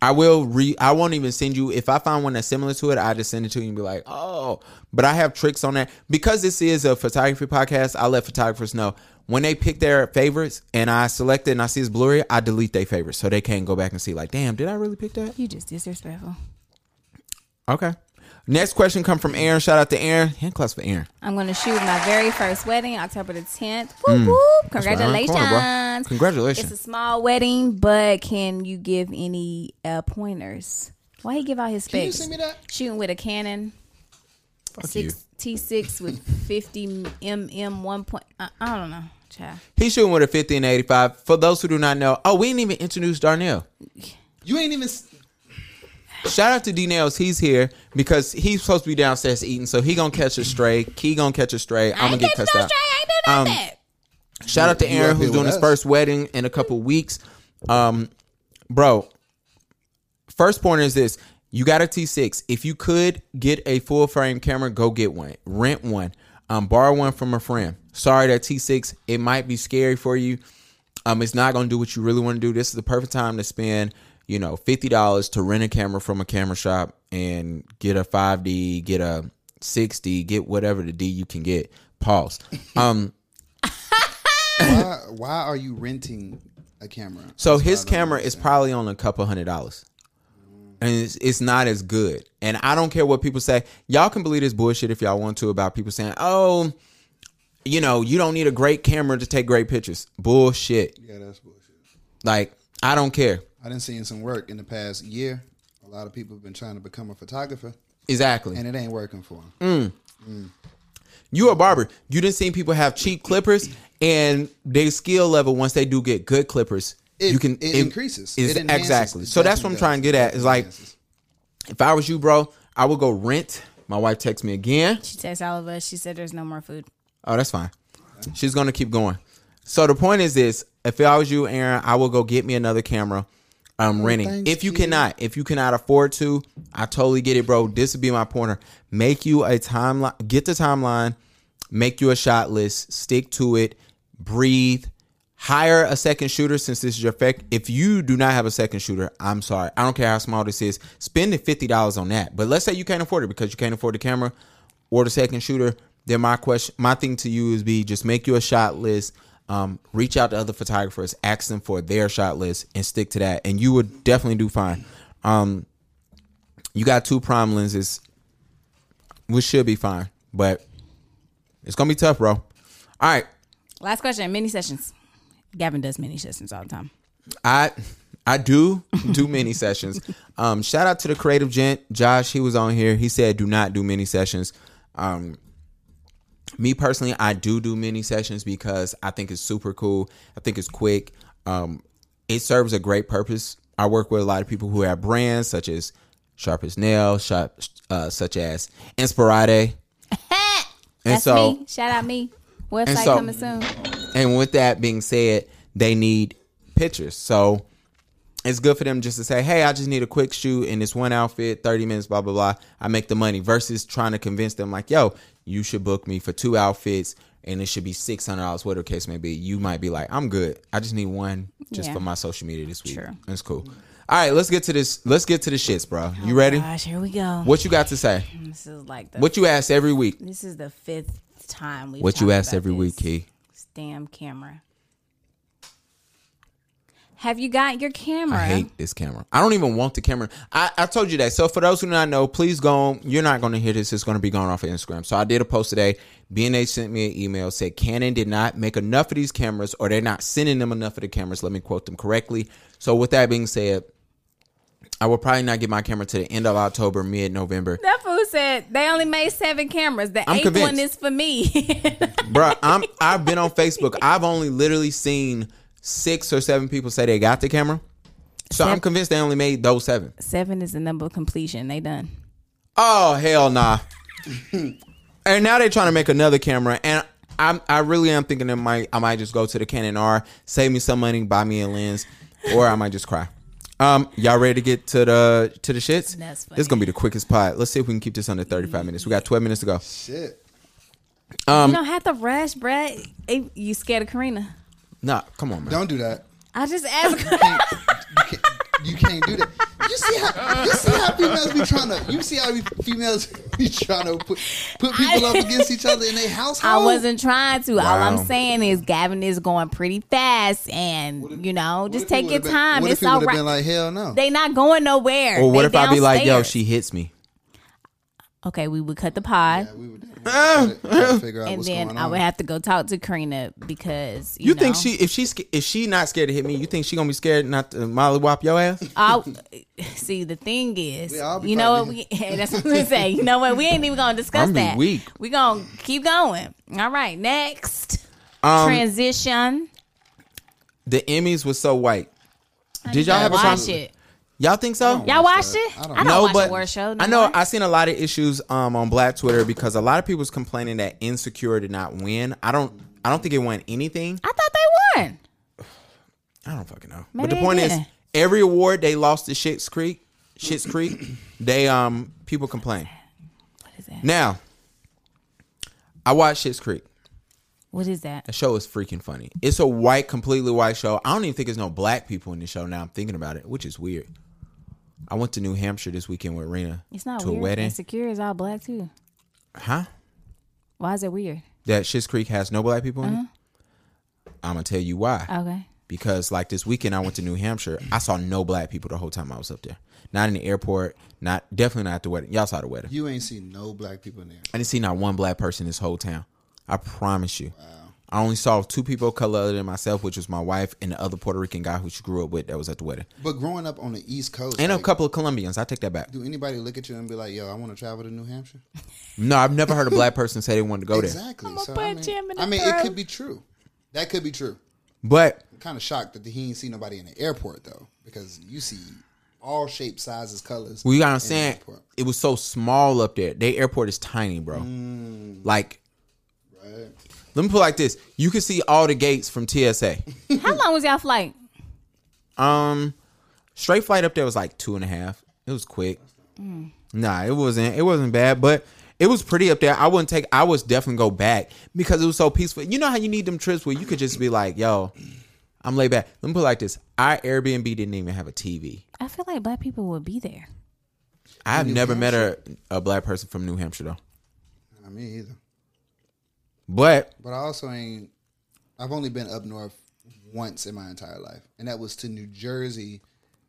[SPEAKER 1] I will re. I won't even send you if I find one that's similar to it. I just send it to you and be like, oh. But I have tricks on that because this is a photography podcast. I let photographers know when they pick their favorites, and I select it and I see it's blurry. I delete their favorites so they can't go back and see like, damn, did I really pick that?
[SPEAKER 2] You just disrespectful.
[SPEAKER 1] Okay. Next question come from Aaron. Shout out to Aaron. Hand claps for Aaron.
[SPEAKER 2] I'm going to shoot my very first wedding, October the 10th. Whoop, whoop.
[SPEAKER 1] Hmm. right around the
[SPEAKER 2] Congratulations.
[SPEAKER 1] corner, bro. Congratulations.
[SPEAKER 2] It's a small wedding, but can you give any uh, pointers? Why he give out his
[SPEAKER 3] Can you
[SPEAKER 2] specs?
[SPEAKER 3] send me that?
[SPEAKER 2] Shooting with a Canon
[SPEAKER 1] Fuck you.
[SPEAKER 2] six T six with 50 mm one point. I, I don't know, child.
[SPEAKER 1] He's shooting with a fifty and eighty five. For those who do not know, oh, we didn't even introduce Darnell.
[SPEAKER 3] You ain't even. s-
[SPEAKER 1] Shout out to D Nails. He's here because he's supposed to be downstairs eating, so he gonna catch a stray. Key gonna catch a stray. I'm
[SPEAKER 2] I
[SPEAKER 1] gonna
[SPEAKER 2] ain't
[SPEAKER 1] get
[SPEAKER 2] catching
[SPEAKER 1] cussed
[SPEAKER 2] no
[SPEAKER 1] out.
[SPEAKER 2] stray. I ain't do none of
[SPEAKER 1] Um,
[SPEAKER 2] that.
[SPEAKER 1] Shout out to
[SPEAKER 3] You up
[SPEAKER 1] Aaron
[SPEAKER 3] here
[SPEAKER 1] who's doing
[SPEAKER 3] with
[SPEAKER 1] his
[SPEAKER 3] us.
[SPEAKER 1] first wedding in a couple weeks. Um, bro, first point is this: you got a T6. If you could get a full frame camera, go get one. Rent one. Um, borrow one from a friend. Sorry that T6. It might be scary for you. Um, it's not gonna do what you really want to do. This is the perfect time to spend, you know, fifty dollars to rent a camera from a camera shop and get a five D, get a sixty, get whatever the D you can get.
[SPEAKER 3] [laughs]
[SPEAKER 1] Pause. Um.
[SPEAKER 3] Why, uh, why are you renting a camera?
[SPEAKER 1] So
[SPEAKER 3] That's what
[SPEAKER 1] his
[SPEAKER 3] I don't
[SPEAKER 1] camera is
[SPEAKER 3] understand.
[SPEAKER 1] probably on a couple hundred dollars. and it's, it's not as good. And I don't care what people say. Y'all can believe this bullshit if y'all want to about people saying, "Oh, you know, you don't need a great camera to take great pictures." Bullshit.
[SPEAKER 3] Yeah, that's bullshit.
[SPEAKER 1] Like I don't care.
[SPEAKER 3] I didn't see some work in the past year. A lot of people have been trying to become a photographer,
[SPEAKER 1] Exactly.
[SPEAKER 3] and it ain't working for them.
[SPEAKER 2] Mm.
[SPEAKER 1] You a barber. You didn't see people have cheap clippers and their skill level once they do get good clippers.
[SPEAKER 3] It-
[SPEAKER 1] you can
[SPEAKER 3] it increases.
[SPEAKER 1] is-
[SPEAKER 3] It enhances.
[SPEAKER 1] exactly.
[SPEAKER 3] It
[SPEAKER 1] So that's what I'm
[SPEAKER 3] definitely
[SPEAKER 1] trying to
[SPEAKER 3] does.
[SPEAKER 1] get at. Is like
[SPEAKER 3] Enhances.
[SPEAKER 1] if I was you, bro, I would go rent. My wife texts me again.
[SPEAKER 2] She texted all of us. She said there's no more food.
[SPEAKER 1] Oh, that's fine. She's gonna keep going. So the point is this: if I was you, Aaron, I will go get me another camera. I'm renting.
[SPEAKER 3] thanks,
[SPEAKER 1] If you
[SPEAKER 3] G.
[SPEAKER 1] cannot, if you cannot afford to, I totally get it, bro. This would be my pointer. Make you a timeline. Get the timeline. Make you a shot list. Stick to it. Breathe. Hire a second shooter since this is your fact. If you do not have a second shooter, I'm sorry. I don't care how small this is. Spend the fifty dollars on that. But let's say you can't afford it because you can't afford the camera or the second shooter, then my question, my thing to you is be just make you a shot list. Um, reach out to other photographers, ask them for their shot list, and stick to that, and you would definitely do fine. Um, you got two prime lenses, which should be fine, but it's gonna be tough, bro. All right,
[SPEAKER 2] Last question. Mini sessions. Gavin does mini sessions all the time.
[SPEAKER 1] I I do do [laughs] many sessions. Um, shout out to the creative gent Josh. He was on here. He said, "Do not do many sessions." Um, me personally, I do do many sessions because I think it's super cool. I think it's quick. Um, it serves a great purpose. I work with a lot of people who have brands such as Sharp as Nail, Sharp, uh, such as Inspirade.
[SPEAKER 2] [laughs] That's me. Shout out me. Website
[SPEAKER 1] so-
[SPEAKER 2] coming soon.
[SPEAKER 1] And with that being said, they need pictures. So it's good for them just to say, hey, I just need a quick shoot in this one outfit, 30 minutes, blah, blah, blah. I make the money versus trying to convince them, like, yo, you should book me for two outfits and it should be $600, whatever the case may be. You might be like, I'm good. I just need one just
[SPEAKER 2] Yeah.
[SPEAKER 1] for my social media this week.
[SPEAKER 2] True.
[SPEAKER 1] That's cool. All right, let's get to this. Let's get to the shits, bro. You ready?
[SPEAKER 2] Gosh, here we go.
[SPEAKER 1] What you got to say?
[SPEAKER 2] This is like the
[SPEAKER 1] What you ask every week?
[SPEAKER 2] this is the fifth time we.
[SPEAKER 1] What you ask every week, Key?
[SPEAKER 2] Damn camera. Have you got your camera?
[SPEAKER 1] I hate this camera. I don't even want the camera. I, I told you that. So for those who do not know, please go. On, you're not going to hear this. It's going to be going off of Instagram. So I did a post today. BNA sent me an email said Canon did not make enough of these cameras, or they're not sending them enough of the cameras. Let me quote them correctly. So with that being said, I will probably not get my camera to the end of October, mid November.
[SPEAKER 2] That fool said they only made seven cameras. The
[SPEAKER 1] I'm
[SPEAKER 2] eighth
[SPEAKER 1] convinced.
[SPEAKER 2] one is for me. [laughs]
[SPEAKER 1] Bruh, I'm I've been on Facebook. I've only literally seen six or seven people say they got the camera. So i I'm
[SPEAKER 2] Seven.
[SPEAKER 1] convinced they only made those seven.
[SPEAKER 2] seven is the number of completion. They done.
[SPEAKER 1] Oh hell nah. [laughs] and now they're trying to make another camera, and I'm I really am thinking that might I might just go to the Canon R, save me some money, buy me a lens, or I might just cry. Um, y'all ready to get to the to the shits?
[SPEAKER 2] That's funny.
[SPEAKER 1] This is gonna be the quickest pod. Let's see if we can keep this under 35 minutes. We got 12 minutes to go.
[SPEAKER 3] Shit. Um,
[SPEAKER 2] you don't have to rush, Brett. It- you scared of Karina?
[SPEAKER 1] Nah, come on, man.
[SPEAKER 3] Don't do that.
[SPEAKER 2] I just asked.
[SPEAKER 3] You can't, you can't do that. You see how you see how females be trying to you see how we females [laughs] be trying to put put people up against each other in their
[SPEAKER 2] [laughs]
[SPEAKER 3] household.
[SPEAKER 2] I wasn't trying to. All
[SPEAKER 1] Wow.
[SPEAKER 2] I'm saying is Gavin is going pretty fast, and you know,
[SPEAKER 3] What
[SPEAKER 2] just
[SPEAKER 3] if he
[SPEAKER 2] take your
[SPEAKER 3] would've been-
[SPEAKER 2] time.
[SPEAKER 3] What
[SPEAKER 2] It's
[SPEAKER 3] if he
[SPEAKER 2] all
[SPEAKER 3] would have
[SPEAKER 2] right.
[SPEAKER 3] been like hell no?
[SPEAKER 2] they not going nowhere.
[SPEAKER 1] or what
[SPEAKER 2] They
[SPEAKER 1] if I be like, yo,
[SPEAKER 2] downstairs.
[SPEAKER 1] she hits me?
[SPEAKER 2] Okay, we would cut the pod,
[SPEAKER 3] Yeah, we would, we would try to- try to figure
[SPEAKER 2] [laughs]
[SPEAKER 3] out
[SPEAKER 2] and
[SPEAKER 3] what's
[SPEAKER 2] then
[SPEAKER 3] going
[SPEAKER 2] I
[SPEAKER 3] on.
[SPEAKER 2] would have to go talk to Karina because you,
[SPEAKER 1] You think
[SPEAKER 2] know,
[SPEAKER 1] she if she's if she not scared to hit me, you think she gonna be scared not to mollywop your
[SPEAKER 2] [laughs]
[SPEAKER 1] ass?
[SPEAKER 2] I see. The thing is,
[SPEAKER 3] We all be
[SPEAKER 2] you know what?
[SPEAKER 3] fighting.
[SPEAKER 2] We [laughs] that's what I'm gonna say. You know what? We ain't even gonna discuss
[SPEAKER 1] I'm be
[SPEAKER 2] that.
[SPEAKER 1] weak.
[SPEAKER 2] We gonna keep going. All right, next
[SPEAKER 1] Um,
[SPEAKER 2] transition.
[SPEAKER 1] The Emmys was so white. Did y'all have a
[SPEAKER 2] watch
[SPEAKER 1] time?
[SPEAKER 2] it?
[SPEAKER 1] Y'all think so?
[SPEAKER 2] Y'all watched it? I
[SPEAKER 3] I
[SPEAKER 2] don't,
[SPEAKER 3] don't
[SPEAKER 2] watch a war show. no
[SPEAKER 1] I know
[SPEAKER 2] more.
[SPEAKER 1] I seen a lot of issues um, on Black Twitter because a lot of people's complaining that Insecure did not win. I don't. I don't think it won anything.
[SPEAKER 2] I thought they won.
[SPEAKER 1] I don't fucking know.
[SPEAKER 2] Maybe
[SPEAKER 1] but the
[SPEAKER 2] they
[SPEAKER 1] point is,
[SPEAKER 2] did.
[SPEAKER 1] every award they lost to Shit's Creek, Shit's
[SPEAKER 2] [clears throat]
[SPEAKER 1] Creek, they um people complain.
[SPEAKER 2] What is that?
[SPEAKER 1] Now, I watched Shit's Creek.
[SPEAKER 2] What is that?
[SPEAKER 1] The show is freaking funny. It's a white, completely white show. I don't even think there's no black people in the show. Now I'm thinking about it, which is weird. I went to New Hampshire this weekend with Rena.
[SPEAKER 2] It's not
[SPEAKER 1] to
[SPEAKER 2] weird.
[SPEAKER 1] a wedding,
[SPEAKER 2] Insecure is all black too.
[SPEAKER 1] huh?
[SPEAKER 2] Why is it weird?
[SPEAKER 1] that Schitt's Creek has no black people in it. I'm gonna tell you why.
[SPEAKER 2] Okay.
[SPEAKER 1] because like this weekend I went to New Hampshire, I saw no black people the whole time I was up there. Not in the airport, not definitely not at the wedding. Y'all saw the wedding.
[SPEAKER 3] You ain't seen no black people in there.
[SPEAKER 1] I didn't see not one black person in this whole town. I promise you. I only saw two people of color other than myself, which was my wife and the other Puerto Rican guy who she grew up with that was at the wedding.
[SPEAKER 3] But growing up on the East Coast,
[SPEAKER 1] And a
[SPEAKER 3] like,
[SPEAKER 1] couple of Colombians. I take that back.
[SPEAKER 3] do anybody look at you and be like, "Yo, I want to travel to New Hampshire"?
[SPEAKER 1] No, I've never heard a black person say they wanted to go there.
[SPEAKER 3] Exactly.
[SPEAKER 2] I'ma
[SPEAKER 3] so,
[SPEAKER 2] put
[SPEAKER 3] I
[SPEAKER 2] Jim in
[SPEAKER 3] mean,
[SPEAKER 2] the
[SPEAKER 3] I mean
[SPEAKER 2] throat.
[SPEAKER 3] it could be true. That could be true.
[SPEAKER 1] But
[SPEAKER 3] I'm kind of shocked that he ain't see nobody in the airport though, because you see all shapes, sizes, colors.
[SPEAKER 1] Well, you got what I'm
[SPEAKER 3] in the
[SPEAKER 1] saying?
[SPEAKER 3] airport.
[SPEAKER 1] It was so small up there. Their airport is tiny, bro. Like,
[SPEAKER 3] Mm. Right.
[SPEAKER 1] let me put it like this: you can see all the gates from TSA.
[SPEAKER 2] How long was y'all flight?
[SPEAKER 1] Um, straight flight up there was like two and a half. It was quick. Nah, it wasn't. It wasn't bad, but it was pretty up there. I wouldn't take. I would definitely go back because it was so peaceful. You know how you need them trips where you could just be like, "Yo, I'm laid back." Let me put it like this: our Airbnb didn't even have a TV.
[SPEAKER 2] I feel like black people would be there.
[SPEAKER 1] I have never met a, a black person from New Hampshire though,
[SPEAKER 3] Not me either.
[SPEAKER 1] but
[SPEAKER 3] But I also ain't. I've only been up north once in my entire life, and that was to New Jersey,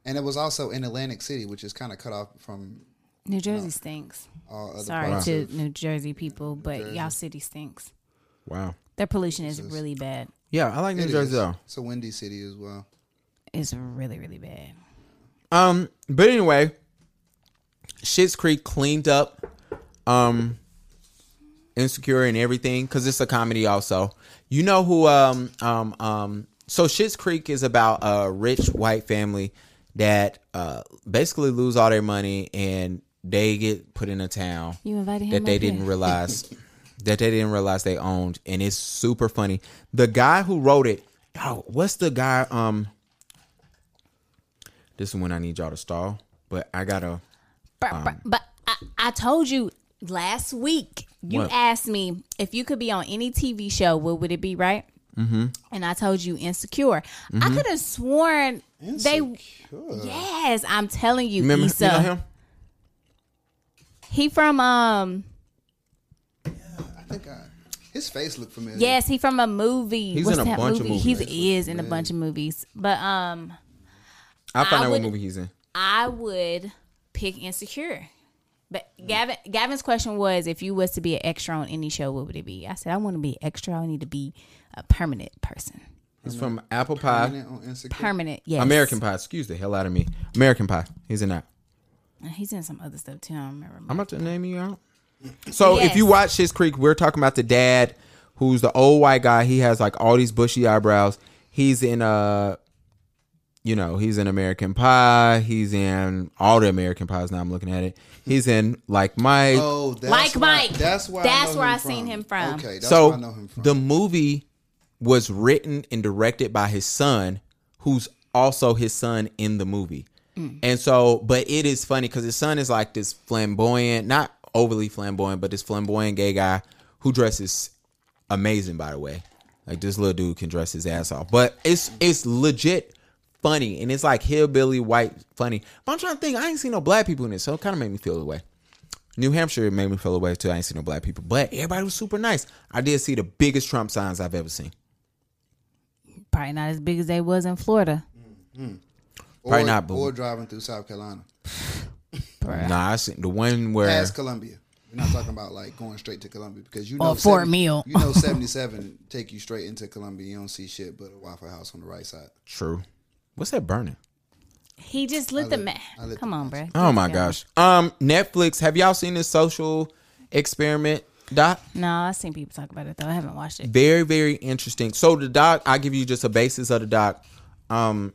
[SPEAKER 3] and it was also in Atlantic City, which is kind of cut off from
[SPEAKER 2] New Jersey stinks.
[SPEAKER 3] all other
[SPEAKER 2] Sorry
[SPEAKER 3] parts.
[SPEAKER 2] to
[SPEAKER 3] of-
[SPEAKER 2] New Jersey people, but y'all city stinks.
[SPEAKER 1] wow.
[SPEAKER 2] Their pollution is really bad.
[SPEAKER 1] Yeah, I like New
[SPEAKER 3] It
[SPEAKER 1] Jersey
[SPEAKER 3] is.
[SPEAKER 1] though.
[SPEAKER 3] It's a windy city as well.
[SPEAKER 2] It's really, really bad.
[SPEAKER 1] Um, but anyway, Shit's Creek cleaned up, um, Insecure and everything because it's a comedy also. You know who? Um, um, um. So Shit's Creek is about a rich white family that uh basically lose all their money and they get put in a town
[SPEAKER 2] You invited him
[SPEAKER 1] that they
[SPEAKER 2] up
[SPEAKER 1] didn't
[SPEAKER 2] here.
[SPEAKER 1] realize
[SPEAKER 2] [laughs]
[SPEAKER 1] that they didn't realize they owned, and it's super funny. The guy who wrote it, oh, what's the guy? Um, this is when I need y'all to stall, but I gotta.
[SPEAKER 2] But,
[SPEAKER 1] um,
[SPEAKER 2] but- but I, I told you last week, you
[SPEAKER 1] What?
[SPEAKER 2] asked me if you could be on any TV show, what would it be, right? Mm-hmm. And I told you Insecure.
[SPEAKER 1] Mm-hmm.
[SPEAKER 2] I could have sworn they. Yes, I'm telling you,
[SPEAKER 1] Remember,
[SPEAKER 2] Issa.
[SPEAKER 1] you know him?
[SPEAKER 2] He from um.
[SPEAKER 3] I think I, his face looked familiar.
[SPEAKER 2] Yes, he from a movie.
[SPEAKER 1] He's
[SPEAKER 2] What's
[SPEAKER 1] in a
[SPEAKER 2] that
[SPEAKER 1] bunch of
[SPEAKER 2] movie?
[SPEAKER 1] movies.
[SPEAKER 2] He is in a bunch of movies, but um,
[SPEAKER 1] I'll find
[SPEAKER 2] I
[SPEAKER 1] out what
[SPEAKER 2] would-
[SPEAKER 1] movie he's in.
[SPEAKER 2] I would pick Insecure. But Gavin, Gavin's question was, if you was to be an extra on any show, what would it be? I said, I want to be an extra. I need to be a permanent person.
[SPEAKER 1] He's from Apple Pie,
[SPEAKER 3] Permanent on Insecure.
[SPEAKER 2] Permanent, yes.
[SPEAKER 1] American Pie. Excuse the hell out of me, American Pie. He's in that.
[SPEAKER 2] He's in some other stuff too. I don't remember.
[SPEAKER 1] I'm about to name you out. So if
[SPEAKER 2] Yes.
[SPEAKER 1] you watch Shit's Creek, we're talking about the dad who's the old white guy. He has like all these bushy eyebrows. He's in uh you know, he's in American Pie. He's in all the American Pies. Now I'm looking at it. He's in like Mike.
[SPEAKER 3] Oh, that's
[SPEAKER 2] Like
[SPEAKER 3] why-
[SPEAKER 2] Mike.
[SPEAKER 3] That's why.
[SPEAKER 2] That's
[SPEAKER 3] I know
[SPEAKER 2] where
[SPEAKER 3] him
[SPEAKER 2] I seen him from.
[SPEAKER 3] Okay, that's
[SPEAKER 1] so
[SPEAKER 3] where I know him from.
[SPEAKER 1] the movie was written and directed by his son, who's also his son in the movie. And so, but it is funny because his son is like this flamboyant, not overly flamboyant, but this flamboyant gay guy who dresses amazing, by the way. Like this little dude can dress his ass off, but it's it's legit funny, and it's like hillbilly white funny. But I'm trying to think, I ain't seen no black people in it, so it kind of made me feel the way. New Hampshire it made me feel away too. I ain't seen no black people, but everybody was super nice. I did see the biggest Trump signs I've ever seen.
[SPEAKER 2] Probably not as big as they was in Florida.
[SPEAKER 1] Probably
[SPEAKER 3] or,
[SPEAKER 1] not, but-
[SPEAKER 3] Or driving through South Carolina,
[SPEAKER 1] Nah, I seen the one where
[SPEAKER 3] past Columbia. We're not talking about like going straight to Columbia because you know
[SPEAKER 2] Or Fort
[SPEAKER 3] 70
[SPEAKER 2] Mill. [laughs]
[SPEAKER 3] You know, seventy-seven take you straight into Columbia. You don't see shit but a Waffle House on the right side.
[SPEAKER 1] true. What's that burning?
[SPEAKER 2] He just lit the match.
[SPEAKER 3] I lit
[SPEAKER 2] Come
[SPEAKER 3] the
[SPEAKER 2] on, bro.
[SPEAKER 1] Oh my
[SPEAKER 2] Yeah.
[SPEAKER 1] gosh. Um, Netflix. Have y'all seen this social experiment doc?
[SPEAKER 2] No, I've seen people talk about it though. I haven't watched it.
[SPEAKER 1] Very very interesting. So the doc, I give you just a basis of the doc. Um,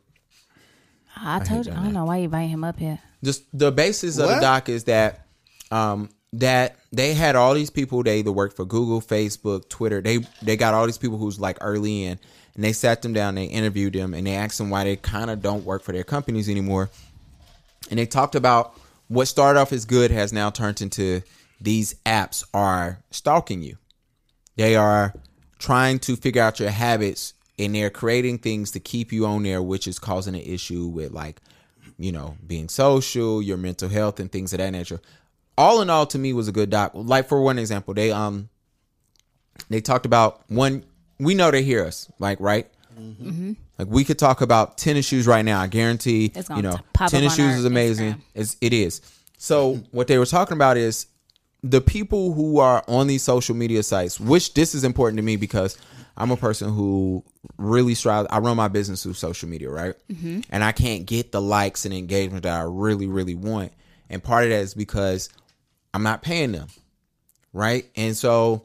[SPEAKER 2] I told you. I don't know why you inviting him up here.
[SPEAKER 1] just the basis of the
[SPEAKER 3] What?
[SPEAKER 1] doc is that um that they had all these people they either worked for google facebook twitter they they got all these people who's like early in and they sat them down they interviewed them and they asked them why they kind of don't work for their companies anymore and they talked about what started off as good has now turned into these apps are stalking you they are trying to figure out your habits and they're creating things to keep you on there which is causing an issue with like you know being social your mental health and things of that nature all in all to me was a good doc like for one example they um they talked about one we know they hear us like right Like we could talk about tennis shoes right now. I guarantee
[SPEAKER 2] Mm-hmm. It's gonna
[SPEAKER 1] you know
[SPEAKER 2] t- pop up
[SPEAKER 1] tennis
[SPEAKER 2] on
[SPEAKER 1] shoes
[SPEAKER 2] our
[SPEAKER 1] is amazing.
[SPEAKER 2] Instagram.
[SPEAKER 1] It's, it is. So what they were talking about is the people who are on these social media sites. Which this is important to me because I'm a person who really strives. I run my business through social media, right?
[SPEAKER 2] Mm-hmm.
[SPEAKER 1] And I can't get the likes and engagement that I really, really want. And part of that is because I'm not paying them, right? And so,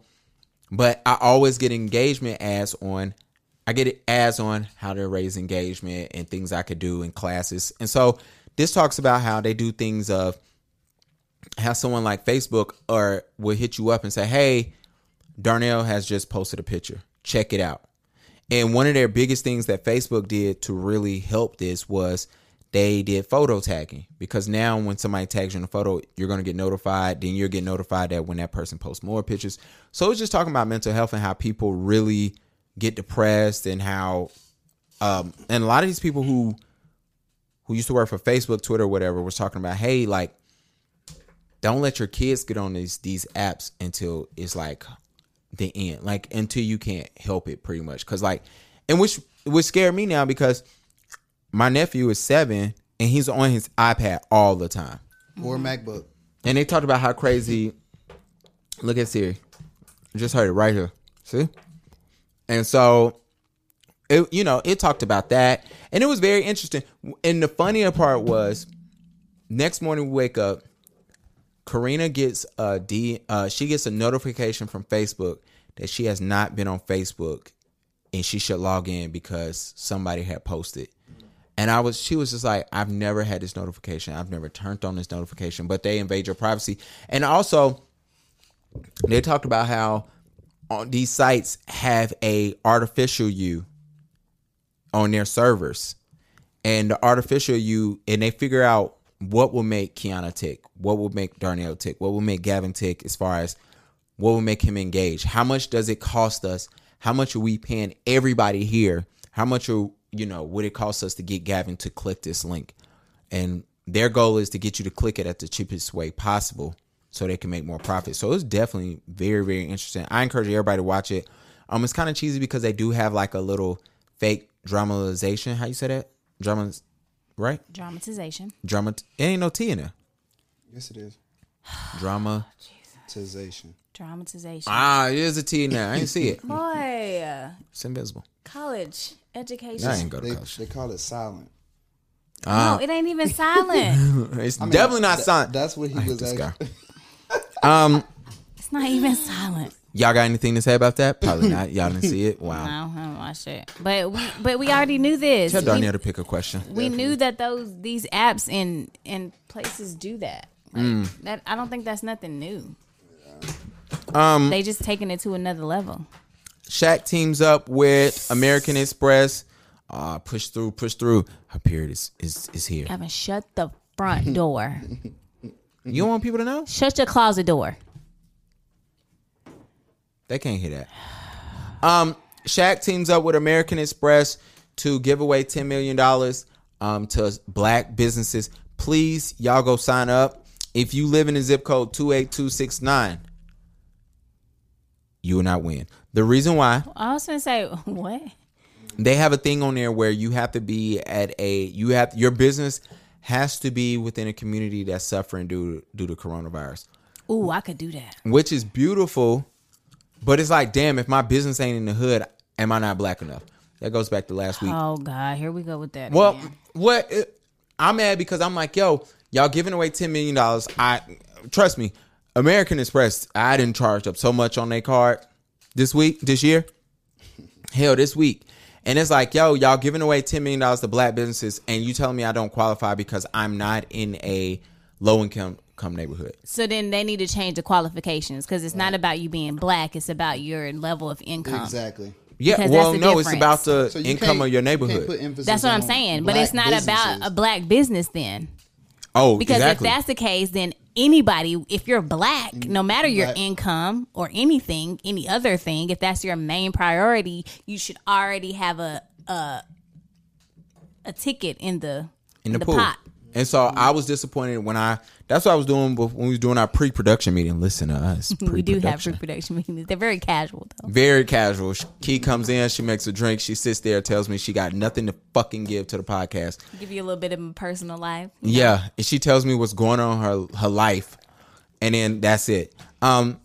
[SPEAKER 1] but I always get engagement ads on. I get it ads on how to raise engagement and things I could do in classes. And so this talks about how they do things of how someone like Facebook or will hit you up and say, "Hey, Darnell has just posted a picture. Check it out." And one of their biggest things that Facebook did to really help this was they did photo tagging because now when somebody tags you in a photo, you're going to get notified. Then you'll get notified that when that person posts more pictures. So it's just talking about mental health and how people really get depressed and how, um, and a lot of these people who, who used to work for Facebook, Twitter, whatever, was talking about, hey, like, don't let your kids get on these these apps until it's like the end like until you can't help it pretty much because like and which which scared me now because my nephew is seven and he's on his ipad all the time
[SPEAKER 2] Mm-hmm.
[SPEAKER 3] or MacBook.
[SPEAKER 1] and they talked about how crazy look at siri I just heard it right here see and so it you know it talked about that and it was very interesting and the funnier part was next morning we wake up Karina gets a D. Uh, she gets a notification from Facebook that she has not been on Facebook, and she should log in because somebody had posted. And I was, she was just like, I've never had this notification. I've never turned on this notification, but they invade your privacy. And also, they talked about how on these sites have a artificial you on their servers and the artificial you and they figure out what will make Kiana tick, what will make Darnell tick, what will make Gavin tick as far as what will make him engage. How much does it cost us? How much are we paying everybody here? How much are you know would it cost us to get Gavin to click this link? And their goal is to get you to click it at the cheapest way possible so they can make more profit. So it's definitely very, very interesting. I encourage everybody to watch it. Um it's kind of cheesy because they do have like a little fake dramatization. How you say that? Drama right?
[SPEAKER 2] Dramatization.
[SPEAKER 1] drama. It ain't no T in there.
[SPEAKER 3] Yes, it is.
[SPEAKER 1] Drama.
[SPEAKER 3] Tization.
[SPEAKER 2] Dramatization.
[SPEAKER 1] Ah, it is a T in there. I didn't see it.
[SPEAKER 2] Boy, uh,
[SPEAKER 1] [laughs] It's invisible.
[SPEAKER 2] college education.
[SPEAKER 1] I ain't go to
[SPEAKER 3] They,
[SPEAKER 1] college.
[SPEAKER 3] they call it silent.
[SPEAKER 2] no, it ain't even silent.
[SPEAKER 1] It's definitely not
[SPEAKER 3] Th-
[SPEAKER 1] sign.
[SPEAKER 3] That's what he was
[SPEAKER 1] this
[SPEAKER 3] actually.
[SPEAKER 1] guy. Um,
[SPEAKER 2] it's not even silent.
[SPEAKER 1] y'all got anything to say about that? Probably not. Y'all didn't see it.
[SPEAKER 2] No,
[SPEAKER 3] [laughs]
[SPEAKER 1] Wow.
[SPEAKER 2] I don't watch it. But we, but we already knew this.
[SPEAKER 1] Tell
[SPEAKER 2] We,
[SPEAKER 1] Darnell to pick a question.
[SPEAKER 2] we knew that those these apps and and places do that. Like, That I don't think that's nothing new. Um, they just taking it to another level.
[SPEAKER 1] Shaq teams up with American Express. Uh, push through, push through. Her period is is, is here.
[SPEAKER 2] Gavin, shut the front door.
[SPEAKER 1] You don't want people to know?
[SPEAKER 2] shut your closet door.
[SPEAKER 1] They can't hear that. Um, Shaq teams up with American Express to give away ten million dollars um, to black businesses. Please, y'all go sign up. If you live in the zip code two eight two six nine, you will not win. The reason why
[SPEAKER 2] I was gonna say [laughs] what?
[SPEAKER 1] they have a thing on there where you have to be at a you have your business has to be within a community that's suffering due due to coronavirus
[SPEAKER 2] Ooh, I could do that.
[SPEAKER 1] which is beautiful. But it's like, damn, if my business ain't in the hood, am I not black enough? That goes back to last week.
[SPEAKER 2] Oh God, here we go with that.
[SPEAKER 1] Mm. well,
[SPEAKER 2] again.
[SPEAKER 1] what it- I'm mad because I'm like, yo, y'all giving away ten million dollars. I trust me, American Express. I didn't charge up so much on their card this week, this year. Hell, this week. And it's like, yo, y'all giving away ten million dollars to black businesses, and you telling me I don't qualify because I'm not in a low income come neighborhood.
[SPEAKER 2] so then they need to change the qualifications because it's not about you being black; it's about your level of income.
[SPEAKER 3] Exactly.
[SPEAKER 1] Yeah,
[SPEAKER 2] Because
[SPEAKER 1] well,
[SPEAKER 2] that's the
[SPEAKER 1] no, it's about
[SPEAKER 2] difference.
[SPEAKER 1] the
[SPEAKER 3] So you
[SPEAKER 1] income
[SPEAKER 3] can't-
[SPEAKER 1] of your
[SPEAKER 3] you can't
[SPEAKER 1] neighborhood.
[SPEAKER 3] put emphasis
[SPEAKER 2] That's what I'm
[SPEAKER 3] on
[SPEAKER 2] saying. But
[SPEAKER 3] black
[SPEAKER 2] it's not about
[SPEAKER 3] businesses.
[SPEAKER 2] a black business then.
[SPEAKER 1] oh,
[SPEAKER 2] Because
[SPEAKER 1] exactly.
[SPEAKER 2] if that's the case, then anybody, if you're black, no matter your
[SPEAKER 3] Right.
[SPEAKER 2] income or anything, any other thing, if that's your main priority, you should already have a a, a ticket in the
[SPEAKER 1] in the,
[SPEAKER 2] the
[SPEAKER 1] pool,
[SPEAKER 2] pot.
[SPEAKER 1] in And so I was disappointed when I. That's what I was doing bef- when we was doing our pre-production meeting. Listen to us.
[SPEAKER 2] [laughs] We do
[SPEAKER 1] pre-production. Mm.
[SPEAKER 2] have pre-production meetings. They're very casual though.
[SPEAKER 1] Very casual. She- Key comes in, she makes a drink, she sits there, tells me she got nothing to fucking give to the podcast.
[SPEAKER 2] Give you a little bit of personal life.
[SPEAKER 1] Yeah, and she tells me what's going on in her her life, and then that's it. Um.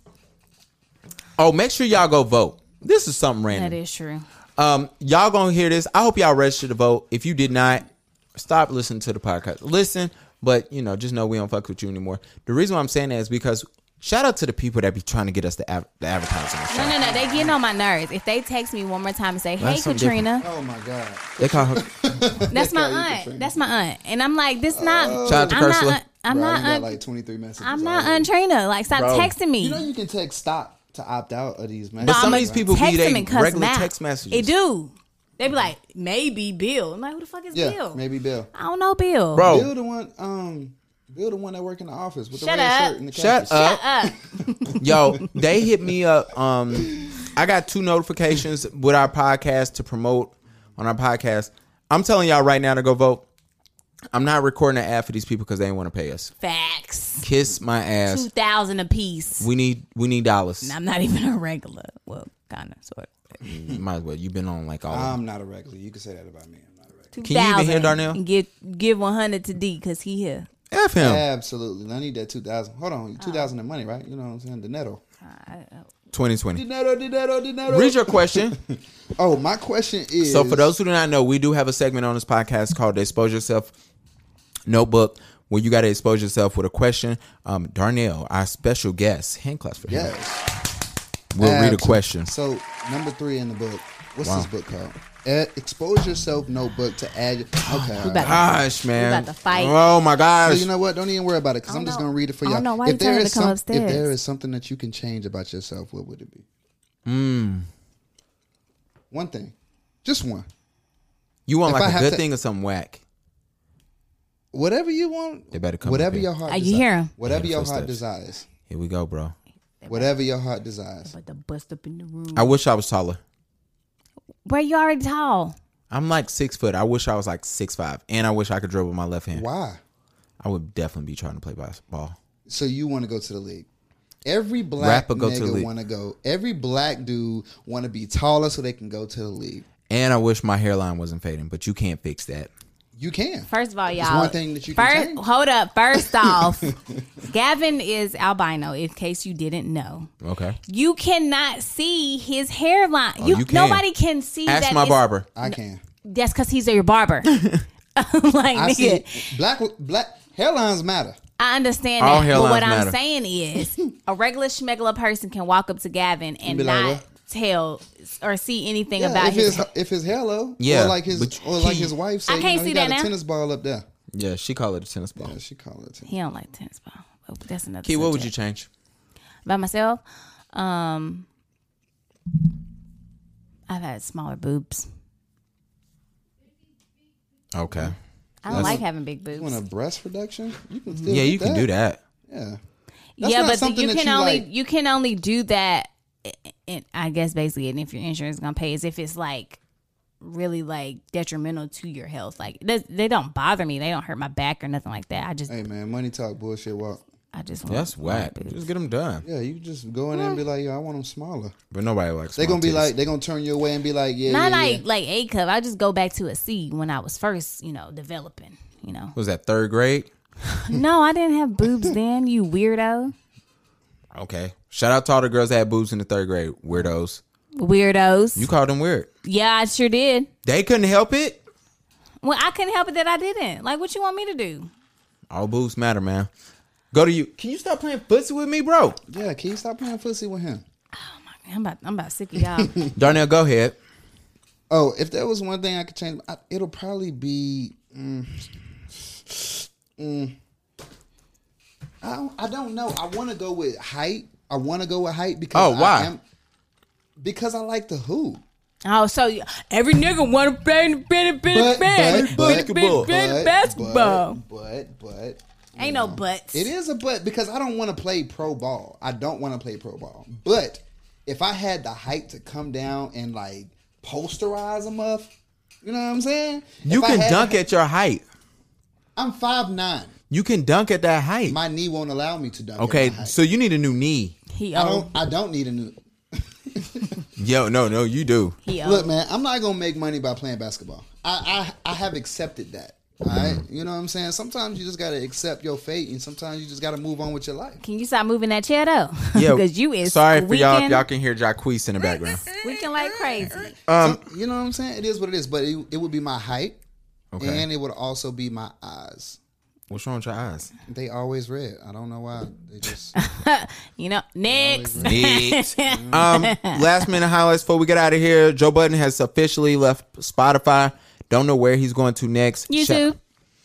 [SPEAKER 1] Oh, make sure y'all go vote. This is something random.
[SPEAKER 2] That is true.
[SPEAKER 1] Um, y'all gonna hear this. I hope y'all registered to vote. If you did not, stop listening to the podcast. Listen, but you know, just know we don't fuck with you anymore. The reason why I'm saying that is because shout out to the people that be trying to get us the, ad- the advertising. and
[SPEAKER 2] No,
[SPEAKER 1] shit.
[SPEAKER 2] no, no. They getting on my nerves. If they text me one more time and say, "Hey,
[SPEAKER 1] That's something
[SPEAKER 2] Katrina,"
[SPEAKER 3] Oh my god.
[SPEAKER 1] They call her.
[SPEAKER 2] that's my
[SPEAKER 3] call you
[SPEAKER 2] aunt.
[SPEAKER 3] Katrina.
[SPEAKER 2] That's my aunt, and I'm like, this not.
[SPEAKER 1] Shout out to
[SPEAKER 2] I'm not.
[SPEAKER 1] Ursula.
[SPEAKER 2] aunt- I'm
[SPEAKER 3] Bro,
[SPEAKER 2] not.
[SPEAKER 3] you got
[SPEAKER 2] aunt-
[SPEAKER 3] like 23 messages.
[SPEAKER 2] I'm not
[SPEAKER 3] already.
[SPEAKER 2] Aunt Trina. Like, stop
[SPEAKER 1] Bro.
[SPEAKER 2] texting me.
[SPEAKER 3] You know you can text stop to opt out of these messages.
[SPEAKER 1] But some
[SPEAKER 2] I'ma
[SPEAKER 1] of these people be
[SPEAKER 2] text them
[SPEAKER 1] they
[SPEAKER 2] and cuss
[SPEAKER 1] regular
[SPEAKER 2] them out.
[SPEAKER 1] text messages.
[SPEAKER 2] They do. They be like, maybe Bill. I'm like, who the fuck is
[SPEAKER 3] yeah,
[SPEAKER 2] Bill?
[SPEAKER 3] maybe Bill.
[SPEAKER 2] I don't know Bill.
[SPEAKER 1] Bro,
[SPEAKER 3] Bill the one. Um, Bill the one that work in the office with
[SPEAKER 2] Shut
[SPEAKER 3] the red
[SPEAKER 2] up.
[SPEAKER 3] shirt and the
[SPEAKER 1] Shut
[SPEAKER 3] khakis.
[SPEAKER 1] up.
[SPEAKER 2] Uh,
[SPEAKER 1] Yo, they hit me up. Um, I got two notifications with our podcast to promote on our podcast. I'm telling y'all right now to go vote. I'm not recording an ad for these people because they ain't want to pay us. [laughs]
[SPEAKER 2] Facts.
[SPEAKER 1] Kiss my
[SPEAKER 2] Two
[SPEAKER 1] ass.
[SPEAKER 2] thousand a piece.
[SPEAKER 1] We need we need dollars.
[SPEAKER 2] I'm not even a regular. Well, kind of, sort of.
[SPEAKER 1] Might as well. You've been on like all. of them.
[SPEAKER 3] I'm not a regular. You can say that about me. I'm not a regular.
[SPEAKER 2] Two
[SPEAKER 1] Can you even hear
[SPEAKER 2] thousand.
[SPEAKER 1] Darnell?
[SPEAKER 2] And Give give one hundred to D because he here.
[SPEAKER 1] F him.
[SPEAKER 3] Absolutely. I need that 2000. Hold on.
[SPEAKER 2] Oh.
[SPEAKER 3] 2000 in money, right? You know what I'm saying? The netto.
[SPEAKER 1] 2020.
[SPEAKER 3] Dinero, dinero, dinero.
[SPEAKER 1] Read your
[SPEAKER 3] [laughs]
[SPEAKER 1] question.
[SPEAKER 3] Oh, my question is.
[SPEAKER 1] So for those who do not know, we do have a segment on this podcast called the Expose Yourself Notebook, where you got to expose yourself with a question. Um, Darnell, our special guest, hand claps for him.
[SPEAKER 3] Yes.
[SPEAKER 1] We'll read a
[SPEAKER 3] Absolutely.
[SPEAKER 1] question.
[SPEAKER 3] So number three in the book. What's
[SPEAKER 1] Wow.
[SPEAKER 3] this book called? Eh, expose yourself notebook to
[SPEAKER 1] [gasps]
[SPEAKER 3] add. Okay. all right.
[SPEAKER 2] better-
[SPEAKER 1] Gosh, man!
[SPEAKER 2] about to fight.
[SPEAKER 1] Oh my
[SPEAKER 3] So
[SPEAKER 1] gosh!
[SPEAKER 3] you know what? Don't even worry about it because I'm just
[SPEAKER 2] know-
[SPEAKER 3] gonna read it for
[SPEAKER 2] Oh, I
[SPEAKER 3] y'all.
[SPEAKER 2] don't know why you
[SPEAKER 3] if there
[SPEAKER 2] telling her
[SPEAKER 3] is
[SPEAKER 2] to come
[SPEAKER 3] some-
[SPEAKER 2] upstairs.
[SPEAKER 3] If there is something that you can change about yourself, what would it be? Mm.
[SPEAKER 1] Hmm.
[SPEAKER 3] One thing, just one.
[SPEAKER 1] you want
[SPEAKER 3] if I
[SPEAKER 1] like a
[SPEAKER 3] have
[SPEAKER 1] good
[SPEAKER 3] to-
[SPEAKER 1] thing or something whack?
[SPEAKER 3] Whatever you want.
[SPEAKER 1] They better come
[SPEAKER 3] Whatever
[SPEAKER 1] up here.
[SPEAKER 3] your heart.
[SPEAKER 2] Uh, you
[SPEAKER 3] desi-
[SPEAKER 2] hear 'em.
[SPEAKER 3] Whatever
[SPEAKER 1] Yeah,
[SPEAKER 3] your
[SPEAKER 1] first
[SPEAKER 3] heart
[SPEAKER 1] steps.
[SPEAKER 3] desires.
[SPEAKER 1] Here we go, bro.
[SPEAKER 3] Whatever your heart desires.
[SPEAKER 2] But the bust up in the room.
[SPEAKER 1] I wish I was taller.
[SPEAKER 2] Where you already tall.
[SPEAKER 1] I'm like six foot. I wish I was like six five, and I wish I could dribble with my left hand.
[SPEAKER 3] Why?
[SPEAKER 1] I would definitely be trying to play basketball.
[SPEAKER 3] So you want to go to the league? Every black
[SPEAKER 1] Rapper go to the
[SPEAKER 3] nigga
[SPEAKER 1] league.
[SPEAKER 3] want to go. Every black dude want to be taller so they can go to the league.
[SPEAKER 1] And I wish my hairline wasn't fading, but you can't fix that.
[SPEAKER 3] You can.
[SPEAKER 2] First of all, y'all.
[SPEAKER 3] one thing that you can
[SPEAKER 2] first,
[SPEAKER 3] change.
[SPEAKER 2] Hold up.
[SPEAKER 3] [laughs]
[SPEAKER 2] First off, Gavin is albino. In case you didn't know,
[SPEAKER 1] Okay.
[SPEAKER 2] you cannot see his hairline.
[SPEAKER 1] Oh,
[SPEAKER 2] you,
[SPEAKER 1] you can.
[SPEAKER 2] nobody can see.
[SPEAKER 1] Ask
[SPEAKER 2] that
[SPEAKER 1] my
[SPEAKER 2] it's-
[SPEAKER 1] barber.
[SPEAKER 2] [laughs]
[SPEAKER 3] I can.
[SPEAKER 2] That's because he's your barber. [laughs] like
[SPEAKER 3] I see
[SPEAKER 2] nigga,
[SPEAKER 3] black black hairlines matter.
[SPEAKER 2] I understand
[SPEAKER 1] All
[SPEAKER 2] that. But what
[SPEAKER 1] hairlines matter.
[SPEAKER 2] I'm saying is, a regular schmegular person can walk up to Gavin and
[SPEAKER 3] be like,
[SPEAKER 2] not
[SPEAKER 3] "What?"
[SPEAKER 2] tell or see anything
[SPEAKER 3] Yeah,
[SPEAKER 2] about
[SPEAKER 3] if
[SPEAKER 2] his.
[SPEAKER 3] his, if his hair low,
[SPEAKER 1] Yeah,
[SPEAKER 3] or like his
[SPEAKER 1] but
[SPEAKER 3] or like
[SPEAKER 1] he-
[SPEAKER 3] his wife
[SPEAKER 2] I
[SPEAKER 3] say, you
[SPEAKER 2] can't
[SPEAKER 3] know, he
[SPEAKER 2] see
[SPEAKER 3] got
[SPEAKER 2] that
[SPEAKER 3] a
[SPEAKER 2] now.
[SPEAKER 3] tennis ball up there.
[SPEAKER 1] Yeah, she called it a tennis ball.
[SPEAKER 3] Yeah, she call it tennis.
[SPEAKER 2] he don't like tennis ball. But that's another.
[SPEAKER 1] Key, what would
[SPEAKER 2] subject.
[SPEAKER 1] you change?
[SPEAKER 2] by myself. Um, I've had smaller boobs.
[SPEAKER 1] Okay.
[SPEAKER 2] I don't like having big
[SPEAKER 3] You want a
[SPEAKER 2] boobs.
[SPEAKER 3] breast reduction? You can still
[SPEAKER 1] Yeah,
[SPEAKER 3] get
[SPEAKER 1] you can do that.
[SPEAKER 3] Yeah, That's
[SPEAKER 2] Yeah,
[SPEAKER 3] not
[SPEAKER 2] but the,
[SPEAKER 3] something
[SPEAKER 2] you
[SPEAKER 3] that
[SPEAKER 2] can
[SPEAKER 3] you
[SPEAKER 2] only
[SPEAKER 3] like-
[SPEAKER 2] you can only do that. i- i- I guess basically, and if your insurance is gonna pay, is if it's like really like detrimental to your health. Like they, they don't bother me. They don't hurt my back or nothing like that. I just
[SPEAKER 3] hey man, money talk, bullshit walk.
[SPEAKER 2] I just want
[SPEAKER 1] That's
[SPEAKER 2] smaller
[SPEAKER 1] whack.
[SPEAKER 2] boobs.
[SPEAKER 1] Just get them done.
[SPEAKER 3] Yeah, you just go in there and be like, yo, I want them smaller.
[SPEAKER 1] But nobody likes.
[SPEAKER 3] They're
[SPEAKER 1] small
[SPEAKER 3] gonna be
[SPEAKER 1] titties.
[SPEAKER 3] like, they're gonna turn you away and be like, yeah,
[SPEAKER 2] Not
[SPEAKER 3] yeah,
[SPEAKER 2] like
[SPEAKER 3] yeah.
[SPEAKER 2] like A cup. I just go back to a C when I was first, you know, developing. You know,
[SPEAKER 3] [laughs]
[SPEAKER 1] What was that third grade?
[SPEAKER 2] no, I didn't have boobs then. You weirdo,
[SPEAKER 1] Okay. Shout out to all the girls that had boobs in the third grade. Weirdos.
[SPEAKER 2] weirdos.
[SPEAKER 1] You called them weird.
[SPEAKER 2] Yeah, I sure did.
[SPEAKER 1] They couldn't help it.
[SPEAKER 2] Well, I couldn't help it that I didn't. Like, what you want me to do?
[SPEAKER 1] All boobs matter, man. Go to you. Can you stop playing footsie with me, bro?
[SPEAKER 3] yeah. Can you stop playing pussy with him?
[SPEAKER 2] I'm about, I'm about sick of y'all.
[SPEAKER 1] Darnell, go ahead.
[SPEAKER 3] Oh, if there was one thing I could change, I, it'll probably be. Mm, mm. I don't, I don't know. I want to go with height. I want to go with height because
[SPEAKER 1] Oh, why?
[SPEAKER 3] I am, because I like the hoop.
[SPEAKER 2] oh, so you- every nigga want to play in the
[SPEAKER 3] But
[SPEAKER 2] basketball.
[SPEAKER 3] but but
[SPEAKER 1] basketball.
[SPEAKER 2] Basketball.
[SPEAKER 3] but,
[SPEAKER 2] Basketball.
[SPEAKER 3] but but but
[SPEAKER 2] Ain't no buts.
[SPEAKER 3] it is a but because I don't want to play pro ball. I don't want to play pro ball. But if I had the height to come down and like posterize them up, you know what I'm saying?
[SPEAKER 1] You
[SPEAKER 3] If I
[SPEAKER 1] can
[SPEAKER 3] had-
[SPEAKER 1] dunk at your height.
[SPEAKER 3] I'm five nine.
[SPEAKER 1] You can dunk at that height.
[SPEAKER 3] My knee won't allow me to dunk. at
[SPEAKER 1] okay,
[SPEAKER 3] my height.
[SPEAKER 1] so you need a new knee.
[SPEAKER 2] He
[SPEAKER 3] I
[SPEAKER 2] old.
[SPEAKER 3] don't. I don't need a new.
[SPEAKER 1] Yo, no, no, you
[SPEAKER 2] [laughs]
[SPEAKER 1] do.
[SPEAKER 2] He
[SPEAKER 3] Look,
[SPEAKER 2] old.
[SPEAKER 3] man, I'm not gonna make money by playing basketball. I I, I have accepted that. All right,
[SPEAKER 1] Mm-hmm.
[SPEAKER 3] you know what I'm saying. Sometimes you just gotta accept your fate, and sometimes you just gotta move on with your life.
[SPEAKER 2] Can you stop moving that chair though? [laughs]
[SPEAKER 1] Yeah,
[SPEAKER 2] because you is
[SPEAKER 1] sorry for y'all. If
[SPEAKER 2] squeaking-
[SPEAKER 1] y'all can hear Jacquees in the background.
[SPEAKER 2] squeaking like crazy.
[SPEAKER 1] Um,
[SPEAKER 3] So, you know what I'm saying. It is what it is, but it, it would be my height,
[SPEAKER 1] Okay,
[SPEAKER 3] and it would also be my eyes.
[SPEAKER 1] what's wrong with your eyes?
[SPEAKER 3] They always red. I don't know why.
[SPEAKER 1] [laughs]
[SPEAKER 3] They just
[SPEAKER 2] You know, [laughs] next.
[SPEAKER 1] Neat. um, last minute highlights before we get out of here. Joe Budden has officially left Spotify. Don't know where he's going to next.
[SPEAKER 2] YouTube.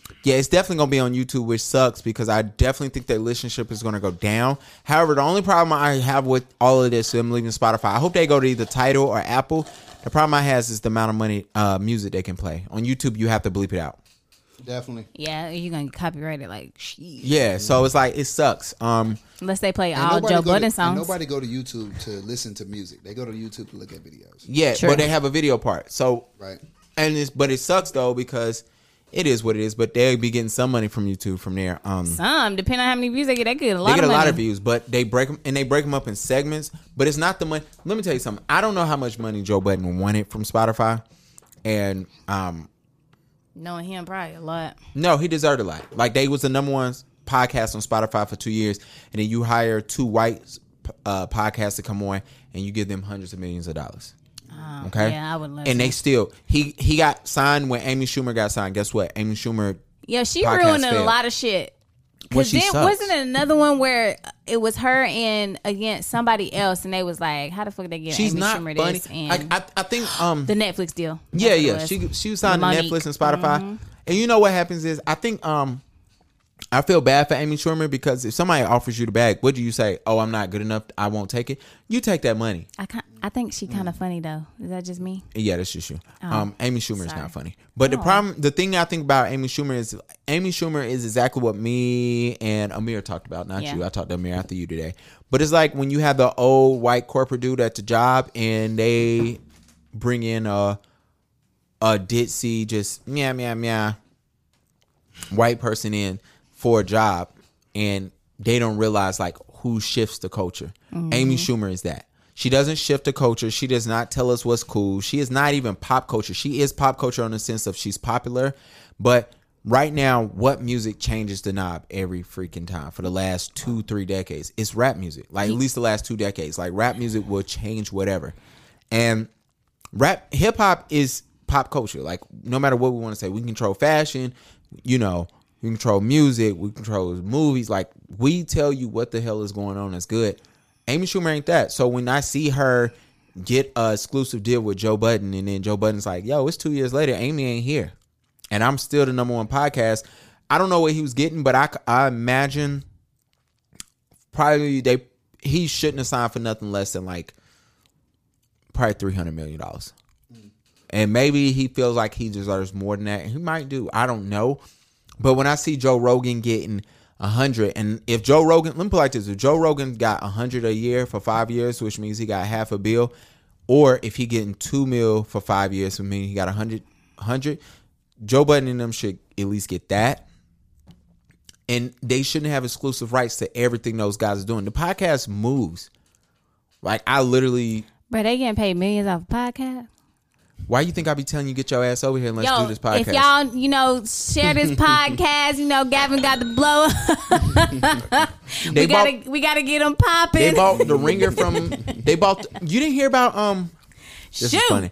[SPEAKER 1] Check- Yeah, it's definitely gonna be on YouTube, which sucks because I definitely think their listenership is gonna go down. However, the only problem I have with all of this, them leaving Spotify, I hope they go to either Title or Apple. The problem I has is the amount of money uh, music they can play on YouTube. You have to bleep it out.
[SPEAKER 3] definitely.
[SPEAKER 2] Yeah, you're gonna copyright it like shit.
[SPEAKER 1] Yeah, so it's like it sucks. Um,
[SPEAKER 2] Unless they play
[SPEAKER 3] And
[SPEAKER 2] all
[SPEAKER 3] nobody
[SPEAKER 2] Joe
[SPEAKER 3] go to-
[SPEAKER 2] Budden
[SPEAKER 3] and
[SPEAKER 2] songs.
[SPEAKER 3] Nobody go to YouTube to listen to music. They go to YouTube to look at videos.
[SPEAKER 1] yeah,
[SPEAKER 2] True.
[SPEAKER 1] but they have a video part. So
[SPEAKER 3] Right.
[SPEAKER 1] and it's but it sucks though because it is what it is. But they'll be getting some money from YouTube from there. Um,
[SPEAKER 2] Some, depending on how many views they get, they get a lot
[SPEAKER 1] they get
[SPEAKER 2] of
[SPEAKER 1] a
[SPEAKER 2] money.
[SPEAKER 1] lot of views, but they break them and they break them up in segments. But it's not the money. Let me tell you something. I don't know how much money Joe Budden wanted from Spotify, and um,
[SPEAKER 2] Knowing him, probably a lot.
[SPEAKER 1] no, he deserved a lot. Like they was the number one podcast on Spotify for two years, and then you hire two white uh, podcasts to come on, and you give them hundreds of millions of dollars. okay,
[SPEAKER 2] Oh, yeah, I would love
[SPEAKER 1] And
[SPEAKER 2] to.
[SPEAKER 1] they still he he got signed when Amy Schumer got signed. Guess what? Amy Schumer.
[SPEAKER 2] Yeah, she
[SPEAKER 1] Podcast
[SPEAKER 2] ruined a
[SPEAKER 1] failed.
[SPEAKER 2] lot of shit.
[SPEAKER 1] Well,
[SPEAKER 2] Because
[SPEAKER 1] she
[SPEAKER 2] then
[SPEAKER 1] sucks.
[SPEAKER 2] wasn't it another one where it was her and against somebody else, and they was like, "How the fuck they get
[SPEAKER 1] She's
[SPEAKER 2] Amy
[SPEAKER 1] not
[SPEAKER 2] Schumer
[SPEAKER 1] funny.
[SPEAKER 2] this?"
[SPEAKER 1] I,
[SPEAKER 2] And
[SPEAKER 1] I I think um
[SPEAKER 2] the Netflix Mm-hmm. deal. That's
[SPEAKER 1] Yeah,
[SPEAKER 2] what it
[SPEAKER 1] yeah.
[SPEAKER 2] was.
[SPEAKER 1] She she was signed to
[SPEAKER 2] Monique.
[SPEAKER 1] Netflix and Spotify. And you know what happens is I think um I feel bad for Amy Schumer because if somebody offers you the bag, what do you say? Oh, I'm not good enough. I won't take it. You take that money.
[SPEAKER 2] I can I think she
[SPEAKER 1] Mm.
[SPEAKER 2] kind of funny though. Is that just me?
[SPEAKER 1] Yeah, that's just you. um, Amy Schumer is
[SPEAKER 2] Oh, sorry. Oh.
[SPEAKER 1] not funny. But the problem, the thing I think about Amy Schumer is Amy Schumer is exactly what me and Amir talked about. Not
[SPEAKER 2] Yeah.
[SPEAKER 1] you. I talked to Amir after you today. But it's like when you have the old white corporate dude at the job and they bring in a a ditzy just meow meow meow white person in for a job and they don't realize like who shifts the culture. Amy Schumer is that. She doesn't shift the culture. She does not tell us what's cool. She is not even pop culture. She is pop culture in the sense of she's popular, but right now what music changes the knob every freaking time for the last 2 3 decades? It's rap music. Like at least the last 2 decades. Like rap music will change whatever. And rap hip hop is pop culture. Like no matter what we want to say, we control fashion, you know, we control music, we control movies. Like we tell you what the hell is going on that's good. Amy Schumer ain't that. So when I see her get a exclusive deal with Joe Budden and then Joe Budden's like, yo, it's two years later, Amy ain't here. And I'm still the number one podcast. I don't know what he was getting, but I, c- I imagine probably they he shouldn't have signed for nothing less than like probably three hundred million dollars. And maybe he feels like he deserves more than that. He might do. I don't know. But when I see Joe Rogan getting a hundred, and if Joe Rogan, let me put it like this: if Joe Rogan got a hundred a year for five years, which means he got half a bill, or if he getting two mil for five years, which means he got a hundred, hundred, Joe Budden and them should at least get that and they shouldn't have exclusive rights to everything those guys are doing. The podcast moves. Like I literally,
[SPEAKER 2] But they getting paid millions off a podcast.
[SPEAKER 1] why you think I be telling you get your ass over here and let's
[SPEAKER 2] Yo,
[SPEAKER 1] do this podcast?
[SPEAKER 2] if y'all you know
[SPEAKER 1] [laughs]
[SPEAKER 2] share this podcast, you know Gavin got the blow up.
[SPEAKER 1] they
[SPEAKER 2] [laughs] we gotta
[SPEAKER 1] bought,
[SPEAKER 2] we gotta get them
[SPEAKER 1] they
[SPEAKER 2] [laughs] popping.
[SPEAKER 1] bought the ringer from they bought. You didn't hear about um? This
[SPEAKER 2] Shoot.
[SPEAKER 1] is funny.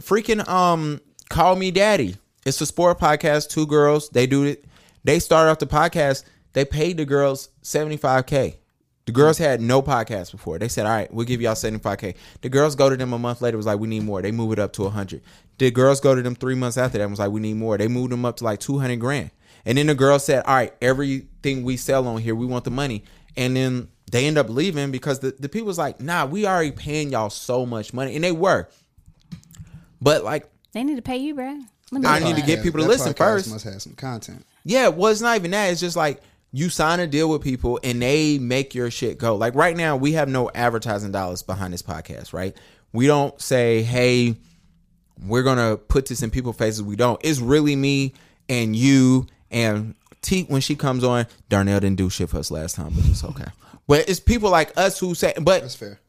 [SPEAKER 1] Freaking um, call me daddy. It's a sport podcast. Two girls. They do it. They started off the podcast. They paid the girls seventy five k. The girls had no podcast before. They said, "All right, we'll give y'all seventy five k." The girls go to them a month later. Was like, "We need more." They move it up to hundred. The girls go to them three months after that. Was like, "We need more." They moved them up to like two hundred grand. And then the girl said, "All right, everything we sell on here, we want the money." And then they end up leaving because the the people was like, "Nah, we already paying y'all so much money," and they were. But like,
[SPEAKER 2] They need to pay you, bro. Let
[SPEAKER 1] I
[SPEAKER 2] look
[SPEAKER 1] need to
[SPEAKER 2] it up.
[SPEAKER 1] get people to
[SPEAKER 3] That
[SPEAKER 1] listen
[SPEAKER 3] podcast
[SPEAKER 1] first.
[SPEAKER 3] Must have some content.
[SPEAKER 1] yeah, well, it's not even that. It's just like you sign a deal with people and they make your shit go. Like right now, we have no advertising dollars behind this podcast, right? We don't say, hey, we're gonna put this in people's faces. We don't. It's really me and you And T when she comes on, Darnell didn't do shit for us last time, but it's okay. But it's people like us who say, but
[SPEAKER 3] That's fair.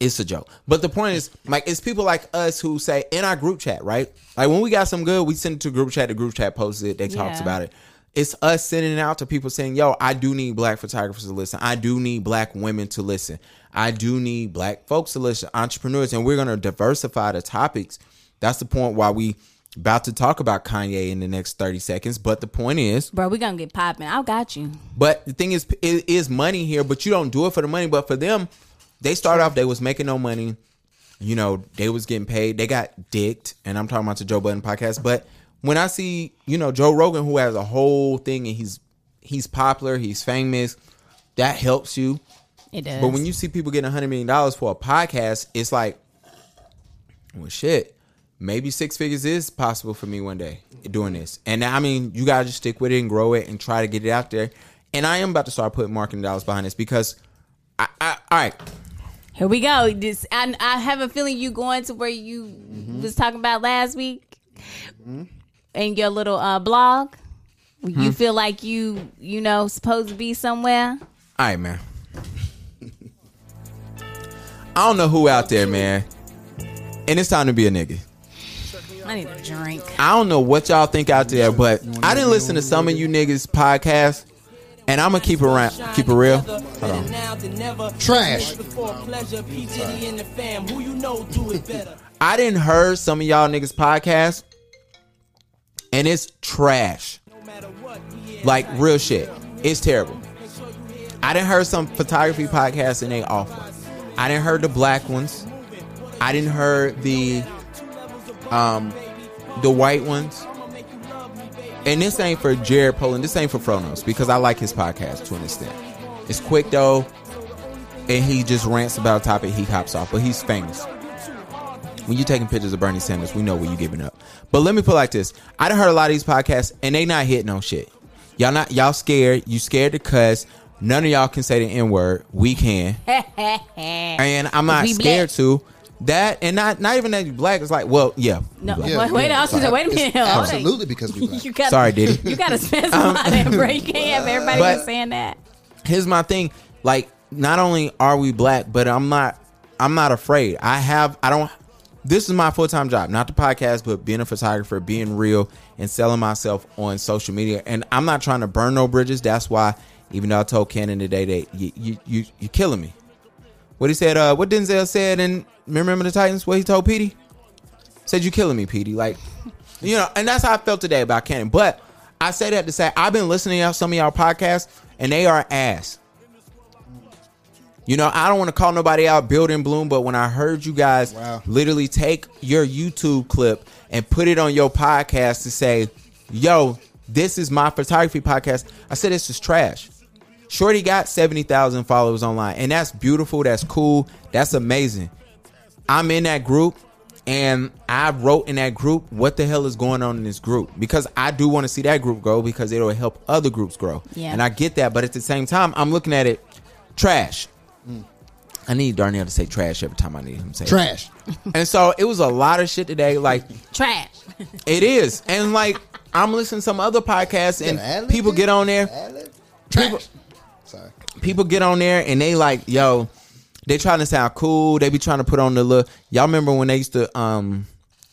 [SPEAKER 1] it's a joke. But the point is, like, it's people like us who say in our group chat, right? Like when we got some good, we send it to group chat. The group chat posts it. They talks
[SPEAKER 2] Yeah.
[SPEAKER 1] about it. It's us sending it out to people saying, "Yo, I do need black photographers to listen. I do need black women to listen. I do need black folks to listen. Entrepreneurs, and we're gonna diversify the topics. That's the point why we about to talk about Kanye in the next thirty seconds. But the point is,
[SPEAKER 2] Bro, we gonna get popping. I got you.
[SPEAKER 1] but the thing is, it is money here. But you don't do it for the money. But for them, they started off. They was making no money. You know, they was getting paid. They got dicked, and I'm talking about the Joe Budden podcast. But when I see, you know, Joe Rogan, who has a whole thing, and he's he's popular, he's famous, that helps you.
[SPEAKER 2] It does.
[SPEAKER 1] But when you see people getting hundred million dollars for a podcast, it's like, well, shit. Maybe six figures is possible for me one day doing this. And I mean, you gotta just stick with it and grow it and try to get it out there. And I am about to start putting marketing dollars behind this because, I, I all right,
[SPEAKER 2] Here we go. This I, I have a feeling you going to where you
[SPEAKER 1] Mm-hmm.
[SPEAKER 2] was talking about last week in your little uh, blog.
[SPEAKER 1] Hmm.
[SPEAKER 2] You feel like you you know supposed to be somewhere.
[SPEAKER 1] all right, man. [laughs] I don't know who out there, man. And it's time to be a nigga.
[SPEAKER 2] I need a drink. [laughs]
[SPEAKER 1] I don't know what y'all think out there, but I didn't listen to some of you niggas' podcasts, and I'm gonna keep it around, keep it real. Hold on.
[SPEAKER 3] Trash.
[SPEAKER 1] I didn't heard some of y'all niggas podcast, and it's trash. Like real shit, it's terrible. I didn't heard some photography podcasts and they awful. I didn't heard the black ones. I didn't heard the um the white ones. And this ain't for Jared Poland. This ain't for Fronos because I like his podcast to an extent. It's quick though, and he just rants about a topic. He hops off, but he's famous when you're taking pictures of Bernie Sanders, we know what you're giving up. But let me put it like this: I done heard a lot of these podcasts, and they not hitting on shit. Y'all not y'all scared. You scared to cuss. None of y'all can say the n word. We can, and I'm not
[SPEAKER 2] We black.
[SPEAKER 1] scared to that. And not not even that you black. It's like, well, yeah, we
[SPEAKER 2] No,
[SPEAKER 1] black.
[SPEAKER 3] Yeah,
[SPEAKER 2] wait, wait,
[SPEAKER 3] yeah,
[SPEAKER 2] I was gonna say, wait a
[SPEAKER 3] It's
[SPEAKER 2] minute. [laughs] Hold on.
[SPEAKER 3] Absolutely, because
[SPEAKER 2] [laughs]
[SPEAKER 3] we black.
[SPEAKER 2] You gotta,
[SPEAKER 1] Sorry, Diddy. [laughs]
[SPEAKER 2] You gotta specify that, bro. You can't have everybody
[SPEAKER 1] But-
[SPEAKER 2] just saying that.
[SPEAKER 1] here's my thing like not only are we black but i'm not i'm not afraid i have i don't this is my full-time job not the podcast but being a photographer being real and selling myself on social media and i'm not trying to burn no bridges that's why even though i told Cannon today that you you you you killing me what he said uh what denzel said in remember the titans what he told Petey? said you killing me Petey. like you know and that's how i felt today about Cannon. but i say that to say i've been listening to some of y'all podcasts and they are ass you know i don't want to call nobody out build and bloom but when i heard you guys
[SPEAKER 3] Wow.
[SPEAKER 1] literally take your youtube clip and put it on your podcast to say yo this is my photography podcast i said this is trash Shorty got 70,000 followers online, and that's beautiful. That's cool. That's amazing. I'm in that group, and I wrote in that group what the hell is going on in this group because I do want to see that group grow because it'll help other groups grow.
[SPEAKER 2] Yeah.
[SPEAKER 1] And I get that, but at the same time, I'm looking at it trash. I need Darnell to say trash every time I need him to say it.
[SPEAKER 3] Trash.
[SPEAKER 1] [laughs] And so it was a lot of shit today. Like,
[SPEAKER 2] Trash.
[SPEAKER 1] it is. And like, I'm listening to some other podcasts,
[SPEAKER 3] Gotta ad
[SPEAKER 1] and
[SPEAKER 3] lib
[SPEAKER 1] people
[SPEAKER 3] it?
[SPEAKER 1] get on there
[SPEAKER 3] Ad lib? Trash. Sorry.
[SPEAKER 1] people get on there and they like, yo, they trying to sound cool. They be trying to put on the look. Y'all remember when they used to um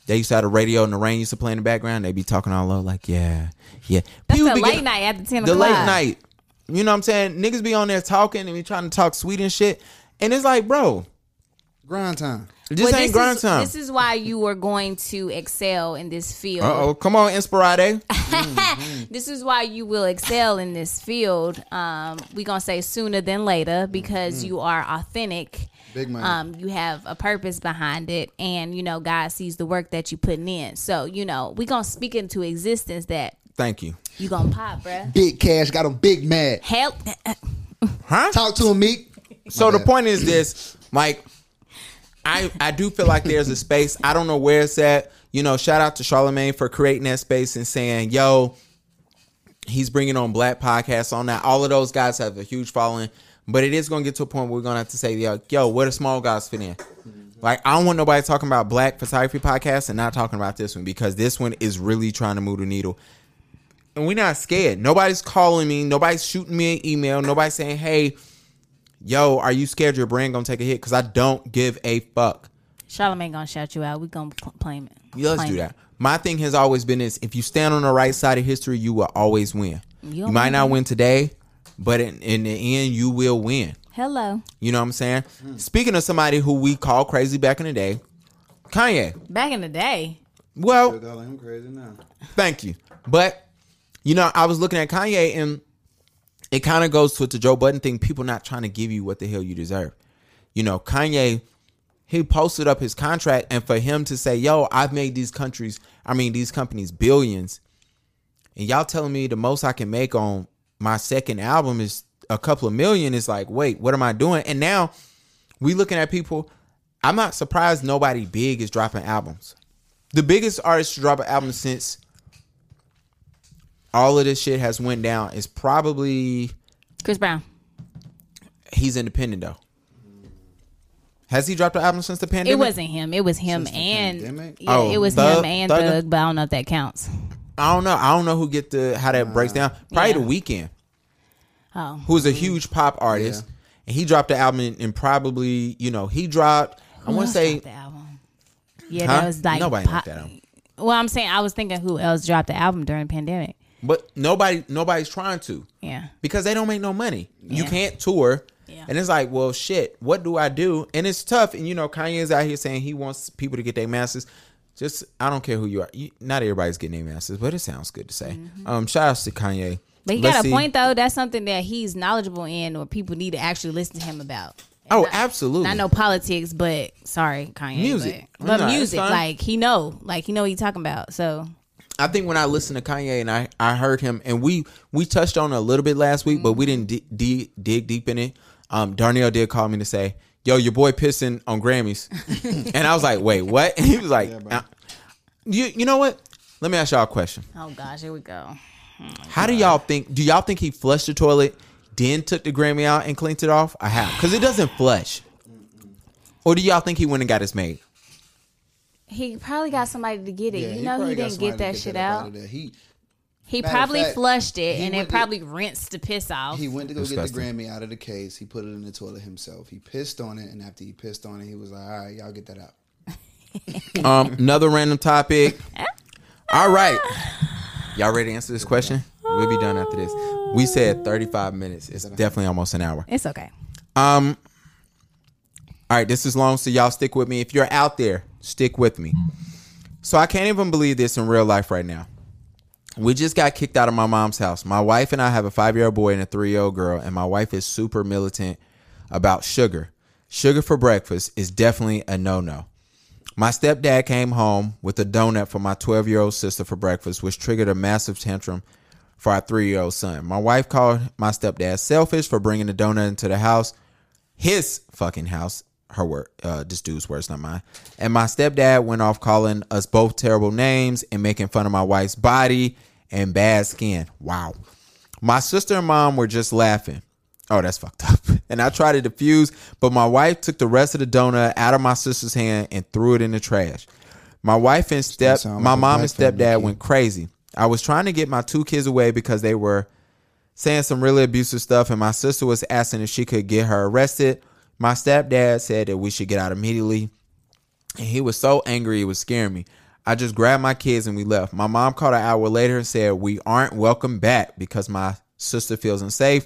[SPEAKER 1] they used to have the radio and the rain used to play in the background. They be talking all low like, yeah, yeah.
[SPEAKER 2] That's
[SPEAKER 1] People
[SPEAKER 2] the
[SPEAKER 1] be
[SPEAKER 2] late
[SPEAKER 1] getting-
[SPEAKER 2] night after ten
[SPEAKER 1] the
[SPEAKER 2] o'clock.
[SPEAKER 1] late night. You know what I'm saying? Niggas be on there talking and be trying to talk sweet and shit. And it's like, bro,
[SPEAKER 3] Grind time.
[SPEAKER 1] this
[SPEAKER 2] Well,
[SPEAKER 1] ain't grind
[SPEAKER 2] is,
[SPEAKER 1] time.
[SPEAKER 2] This is why you are going to excel in this field.
[SPEAKER 1] uh oh, come on,
[SPEAKER 2] [laughs]
[SPEAKER 1] Inspirade.
[SPEAKER 2] This is why you will excel in this field. Um, we gonna say sooner than later because you are authentic.
[SPEAKER 3] Mm-hmm. Big money.
[SPEAKER 2] Um, you have a purpose behind it, and you know God sees the work that you putting in. So you know we gonna speak into existence that
[SPEAKER 1] Thank you.
[SPEAKER 2] you gonna pop, bruh.
[SPEAKER 3] Big cash got him big mad.
[SPEAKER 2] Help.
[SPEAKER 1] Huh?
[SPEAKER 3] Talk to him, Meek.
[SPEAKER 1] So the
[SPEAKER 3] bad.
[SPEAKER 1] point is this, like, I I do feel like there's a space. I don't know where it's at. You know, shout out to Charlemagne for creating that space and saying, "Yo, he's bringing on black podcasts on that." All of those guys have a huge following, but it is going to get to a point where we're going to have to say, "Yo, yo, where the small guys fit in." Like, I don't want nobody talking about black photography podcasts and not talking about this one because this one is really trying to move the needle. and we're not scared. Nobody's calling me. Nobody's shooting me an email. Nobody's saying, "Hey, yo, are you scared your brand gonna take a hit?" Because I don't give a fuck.
[SPEAKER 2] Charlamagne gonna shout you out. We gonna cl- claim it.
[SPEAKER 1] Yeah, let's
[SPEAKER 2] Claim
[SPEAKER 1] do
[SPEAKER 2] it.
[SPEAKER 1] that. My thing has always been is if you stand on the right side of history, you will always win. You,
[SPEAKER 2] You'll
[SPEAKER 1] might
[SPEAKER 2] win.
[SPEAKER 1] not win today, but in, in the end, you will win.
[SPEAKER 2] Hello,
[SPEAKER 1] You know what I'm saying? Speaking of somebody who we call crazy back in the day, Kanye.
[SPEAKER 2] back in the day.
[SPEAKER 1] Well,
[SPEAKER 3] calling him crazy now.
[SPEAKER 1] Thank you. But you know, I was looking at Kanye and it kind of goes to the Joe Budden thing, people not trying to give you what the hell you deserve. You know, Kanye he posted up his contract and for him to say, "Yo, I've made these countries, I mean these companies billions and y'all telling me the most I can make on my second album is a couple of million. It's like, wait, what am I doing? And now we looking at people. I'm not surprised nobody big is dropping albums. The biggest artist to drop an album since all of this shit has went down is probably
[SPEAKER 2] Chris Brown.
[SPEAKER 1] he's independent though. Has he dropped an album since the pandemic?
[SPEAKER 2] It wasn't him. It was him and
[SPEAKER 3] pandemic?
[SPEAKER 2] yeah,
[SPEAKER 1] Oh,
[SPEAKER 2] it was
[SPEAKER 1] Thug-
[SPEAKER 2] him and
[SPEAKER 1] Thugger?
[SPEAKER 2] Thug. But I don't know if that counts.
[SPEAKER 1] I don't know. I don't know who get the how that breaks down. Probably
[SPEAKER 2] yeah.
[SPEAKER 1] the weekend.
[SPEAKER 2] Oh,
[SPEAKER 1] who's a huge pop artist, and he dropped the album in, in probably you know he dropped. I
[SPEAKER 2] who
[SPEAKER 1] want
[SPEAKER 2] else
[SPEAKER 1] to say
[SPEAKER 2] dropped the album. Yeah,
[SPEAKER 1] Huh?
[SPEAKER 2] that was like
[SPEAKER 1] Nobody
[SPEAKER 2] pop-
[SPEAKER 1] dropped that album.
[SPEAKER 2] Well, I'm saying I was thinking who else dropped the album during the pandemic.
[SPEAKER 1] But nobody, nobody's trying to
[SPEAKER 2] Yeah,
[SPEAKER 1] because they don't make no money. You
[SPEAKER 2] Yeah.
[SPEAKER 1] can't tour,
[SPEAKER 2] Yeah.
[SPEAKER 1] and it's like, well, shit, what do I do? And it's tough. And you know, Kanye's out here saying he wants people to get their masters. Just I don't care who you are. You, not everybody's getting their masters, but it sounds good to say. Um, shout outs to Kanye.
[SPEAKER 2] Mm-hmm. but he
[SPEAKER 1] Let's
[SPEAKER 2] got a
[SPEAKER 1] see.
[SPEAKER 2] point though. That's something that he's knowledgeable in, or people need to actually listen to him about.
[SPEAKER 1] Oh,
[SPEAKER 2] not-
[SPEAKER 1] absolutely.
[SPEAKER 2] I know politics, but sorry, Kanye.
[SPEAKER 1] Music.
[SPEAKER 2] but, but
[SPEAKER 1] Nah, it's
[SPEAKER 2] music,
[SPEAKER 1] fine.
[SPEAKER 2] like he know, like he know what he talking about. So
[SPEAKER 1] I think when I listened to Kanye and I, I heard him and we we touched on it a little bit last week, but we didn't d- d- dig deep in it. Um, Darnell did call me to say, "Yo, your boy pissing on Grammys," and I was like, "Wait, what?" [laughs] And he was like, "Uh, "You you know what? Let me ask y'all a question.
[SPEAKER 2] oh gosh, here we go.
[SPEAKER 1] How do y'all think? Do y'all think he flushed the toilet, then took the Grammy out and cleaned it off? I have because it doesn't flush. Or do y'all think he went and got his made?
[SPEAKER 2] He probably got somebody to get it.
[SPEAKER 3] Yeah,
[SPEAKER 2] you know
[SPEAKER 3] probably
[SPEAKER 2] he,
[SPEAKER 3] got
[SPEAKER 2] didn't
[SPEAKER 3] somebody
[SPEAKER 2] get
[SPEAKER 3] to
[SPEAKER 2] that shit
[SPEAKER 3] up
[SPEAKER 2] out.
[SPEAKER 3] of there. He
[SPEAKER 2] He
[SPEAKER 3] Matter of
[SPEAKER 2] probably
[SPEAKER 3] fact,
[SPEAKER 2] flushed it
[SPEAKER 3] he
[SPEAKER 2] and it
[SPEAKER 3] went to-
[SPEAKER 2] probably rinsed the piss off.
[SPEAKER 3] he went to go
[SPEAKER 1] Disgusting.
[SPEAKER 3] get the Grammy out of the case. He put it in the toilet himself. He pissed on it, and after he pissed on it, he was like, "All right, y'all get that out."
[SPEAKER 1] Um, another random topic. All right. Y'all ready to answer this question? We'll be done after this. We said 35 minutes. It's definitely almost an hour.
[SPEAKER 2] it's okay.
[SPEAKER 1] Um All right, this is long so y'all stick with me. If you're out there, stick with me. So I can't even believe this in real life right now. We just got kicked out of my mom's house. My wife and I have a 5-year-old boy and a 3-year-old girl and my wife is super militant about sugar. Sugar for breakfast is definitely a no-no. My stepdad came home with a donut for my 12 year old sister for breakfast, which triggered a massive tantrum for our three year old son. My wife called my stepdad selfish for bringing the donut into the house, his fucking house, her word, uh, this dude's words, not mine. And my stepdad went off calling us both terrible names and making fun of my wife's body and bad skin. Wow. My sister and mom were just laughing. Oh, that's fucked up. [laughs] And I tried to diffuse, but my wife took the rest of the donut out of my sister's hand and threw it in the trash. My wife and step,
[SPEAKER 3] sound like
[SPEAKER 1] my
[SPEAKER 3] a
[SPEAKER 1] mom and
[SPEAKER 3] black family,
[SPEAKER 1] stepdad
[SPEAKER 3] Keith.
[SPEAKER 1] went crazy. I was trying to get my two kids away because they were saying some really abusive stuff, and my sister was asking if she could get her arrested. My stepdad said that we should get out immediately, and he was so angry it was scaring me. I just grabbed my kids and we left. My mom called an hour later and said we aren't welcome back because my sister feels unsafe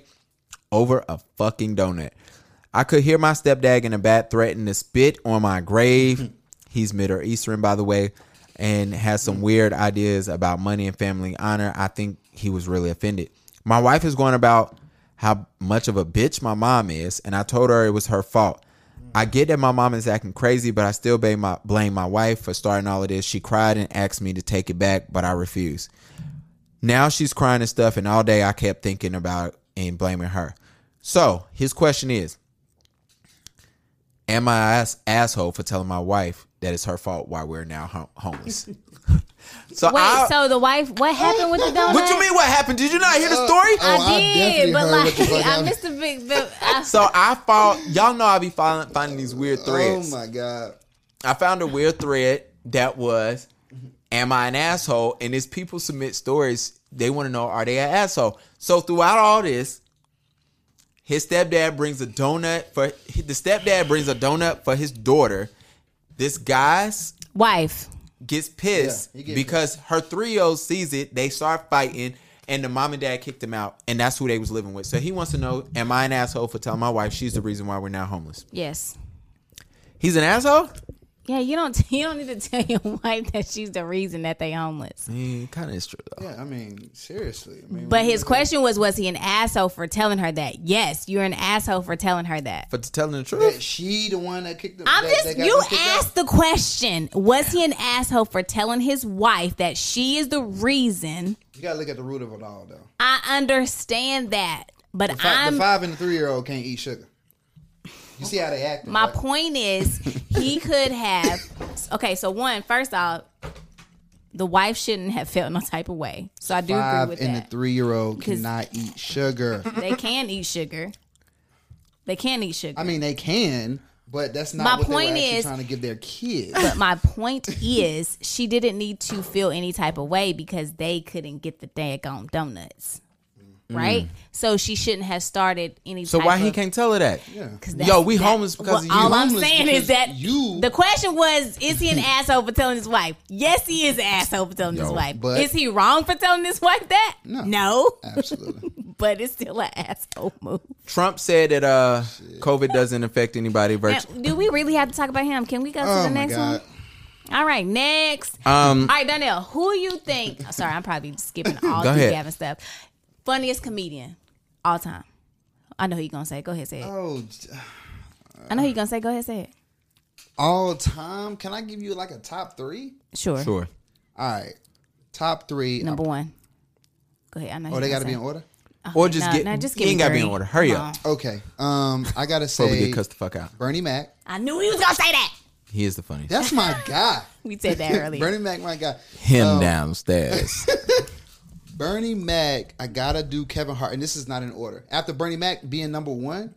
[SPEAKER 1] over a fucking donut. I could hear my stepdad in the back threaten to spit on my grave. He's Middle Eastern, by the way, and has some weird ideas about money and family honor. I think he was really offended. My wife is going about how much of a bitch my mom is, and I told her it was her fault. I get that my mom is acting crazy, but I still blame my, blame my wife for starting all of this. She cried and asked me to take it back, but I refused. Now she's crying and stuff, and all day I kept thinking about and blaming her. So his question is Am I ass- asshole for telling my wife that it's her fault why we're now ho- homeless? [laughs] so
[SPEAKER 2] Wait,
[SPEAKER 1] I,
[SPEAKER 2] so the wife, what happened with the donut?
[SPEAKER 1] what you mean? What happened? Did you not hear the story?
[SPEAKER 3] Oh, I
[SPEAKER 2] I did,
[SPEAKER 3] definitely
[SPEAKER 2] but
[SPEAKER 3] heard what the
[SPEAKER 2] like [laughs]
[SPEAKER 3] fuck
[SPEAKER 2] I
[SPEAKER 3] happened.
[SPEAKER 2] missed the big. The,
[SPEAKER 3] [laughs]
[SPEAKER 2] I,
[SPEAKER 1] so I found y'all know I be finding, finding these weird
[SPEAKER 3] Oh
[SPEAKER 1] threads.
[SPEAKER 3] my god!
[SPEAKER 1] I found a weird thread that was, "Am I an asshole?" And it's people submit stories They want to know are they an asshole? So throughout all this, his stepdad brings a donut for the stepdad brings a donut for his daughter. This guy's
[SPEAKER 2] Wife.
[SPEAKER 1] gets pissed
[SPEAKER 3] Yeah, he gets
[SPEAKER 1] because her three year old sees it. They start fighting, and the mom and dad kicked him out, and that's who they was living with. So he wants to know: Am I an asshole for telling my wife she's the reason why we're now homeless?
[SPEAKER 2] Yes.
[SPEAKER 1] He's an asshole.
[SPEAKER 2] Yeah, you don't [laughs] you don't need to tell your [laughs] wife that she's the reason that they
[SPEAKER 3] Mm-hmm.
[SPEAKER 2] homeless.
[SPEAKER 1] kind of is true though.
[SPEAKER 3] Yeah, I mean, seriously. I mean,
[SPEAKER 2] But his question was, was he an asshole for telling her that? Yes, you're an asshole for telling her that.
[SPEAKER 1] But to telling the
[SPEAKER 3] that
[SPEAKER 1] truth,
[SPEAKER 3] she the one that kicked the.
[SPEAKER 2] I'm
[SPEAKER 3] that,
[SPEAKER 2] just
[SPEAKER 3] that got
[SPEAKER 2] you
[SPEAKER 3] them kicked out?
[SPEAKER 2] asked the question. Was he an asshole for telling his wife that she is the reason?
[SPEAKER 3] You gotta look at the root of it all, though.
[SPEAKER 2] I understand that, but
[SPEAKER 3] The, fi-
[SPEAKER 2] I'm
[SPEAKER 3] the five and the three year old can't eat sugar. You see how they act.
[SPEAKER 2] My
[SPEAKER 3] right?
[SPEAKER 2] point is, he could have. Okay, so one, first off, the wife shouldn't have felt no type of way. So I do
[SPEAKER 3] Five
[SPEAKER 2] agree with
[SPEAKER 3] and
[SPEAKER 2] that.
[SPEAKER 3] the three year old
[SPEAKER 2] 'Cause-
[SPEAKER 3] cannot eat sugar.
[SPEAKER 2] they can eat sugar. They can eat sugar.
[SPEAKER 3] I mean, they can, but that's not
[SPEAKER 2] My
[SPEAKER 3] what
[SPEAKER 2] point
[SPEAKER 3] they were actually
[SPEAKER 2] is-
[SPEAKER 3] trying to give their kids.
[SPEAKER 2] [laughs] but my point is, she didn't need to feel any type of way because they couldn't get the daggone donuts, right? So she shouldn't have started any.
[SPEAKER 1] so
[SPEAKER 2] type
[SPEAKER 1] why he
[SPEAKER 2] of-
[SPEAKER 1] can't tell her that?
[SPEAKER 2] 'cause
[SPEAKER 1] Yo, we
[SPEAKER 2] that-
[SPEAKER 1] homeless because
[SPEAKER 2] well,
[SPEAKER 1] of
[SPEAKER 2] all
[SPEAKER 1] you.
[SPEAKER 2] I'm
[SPEAKER 3] Homeless
[SPEAKER 2] saying
[SPEAKER 3] because
[SPEAKER 2] is that
[SPEAKER 3] you-
[SPEAKER 2] the question was: Is he an [laughs] asshole for telling his wife? Yes, he is an asshole for telling his
[SPEAKER 1] Yo,
[SPEAKER 2] wife.
[SPEAKER 3] but-
[SPEAKER 2] is he wrong for telling his wife that?
[SPEAKER 3] No.
[SPEAKER 2] [laughs]
[SPEAKER 3] Absolutely.
[SPEAKER 2] but it's still an asshole move.
[SPEAKER 1] Trump said that uh, COVID doesn't affect anybody.
[SPEAKER 2] Now,
[SPEAKER 1] Virtually.
[SPEAKER 2] do we really have to talk about him? Can we go to
[SPEAKER 3] oh
[SPEAKER 2] the
[SPEAKER 3] my
[SPEAKER 2] next one?
[SPEAKER 3] god.
[SPEAKER 2] All right, next. all
[SPEAKER 1] Um,
[SPEAKER 2] right, Donnell, who you think?
[SPEAKER 3] [laughs]
[SPEAKER 2] Sorry, I'm probably skipping all
[SPEAKER 1] Go
[SPEAKER 2] the
[SPEAKER 1] ahead.
[SPEAKER 2] Gavin stuff. Funniest comedian all time. I know who you gonna say. it. Go ahead, say it.
[SPEAKER 3] Oh, j-
[SPEAKER 2] I know who you gonna say. Go ahead, say it.
[SPEAKER 3] all time. Can I give you like a top three?
[SPEAKER 2] Sure.
[SPEAKER 1] sure.
[SPEAKER 3] All right, top three.
[SPEAKER 2] Number one. Go ahead. I know.
[SPEAKER 3] Oh, they got to be in order.
[SPEAKER 1] Or just
[SPEAKER 2] no,
[SPEAKER 1] get.
[SPEAKER 2] no, just
[SPEAKER 1] you
[SPEAKER 2] give
[SPEAKER 1] ain't
[SPEAKER 2] me
[SPEAKER 1] gotta be in
[SPEAKER 2] three. Uh-huh.
[SPEAKER 1] order. Hurry
[SPEAKER 2] Come
[SPEAKER 1] up
[SPEAKER 3] Okay. Um, I gotta
[SPEAKER 1] before we
[SPEAKER 3] say
[SPEAKER 1] get cussed the fuck out.
[SPEAKER 3] Bernie Mac.
[SPEAKER 2] I knew he was gonna say that.
[SPEAKER 1] He is the funniest.
[SPEAKER 3] That's my guy.
[SPEAKER 2] We said
[SPEAKER 3] [laughs]
[SPEAKER 2] that earlier.
[SPEAKER 3] Bernie Mac, my guy.
[SPEAKER 1] Him downstairs.
[SPEAKER 3] Bernie Mac. I gotta do Kevin Hart, and this is not in order. After Bernie Mac being number one,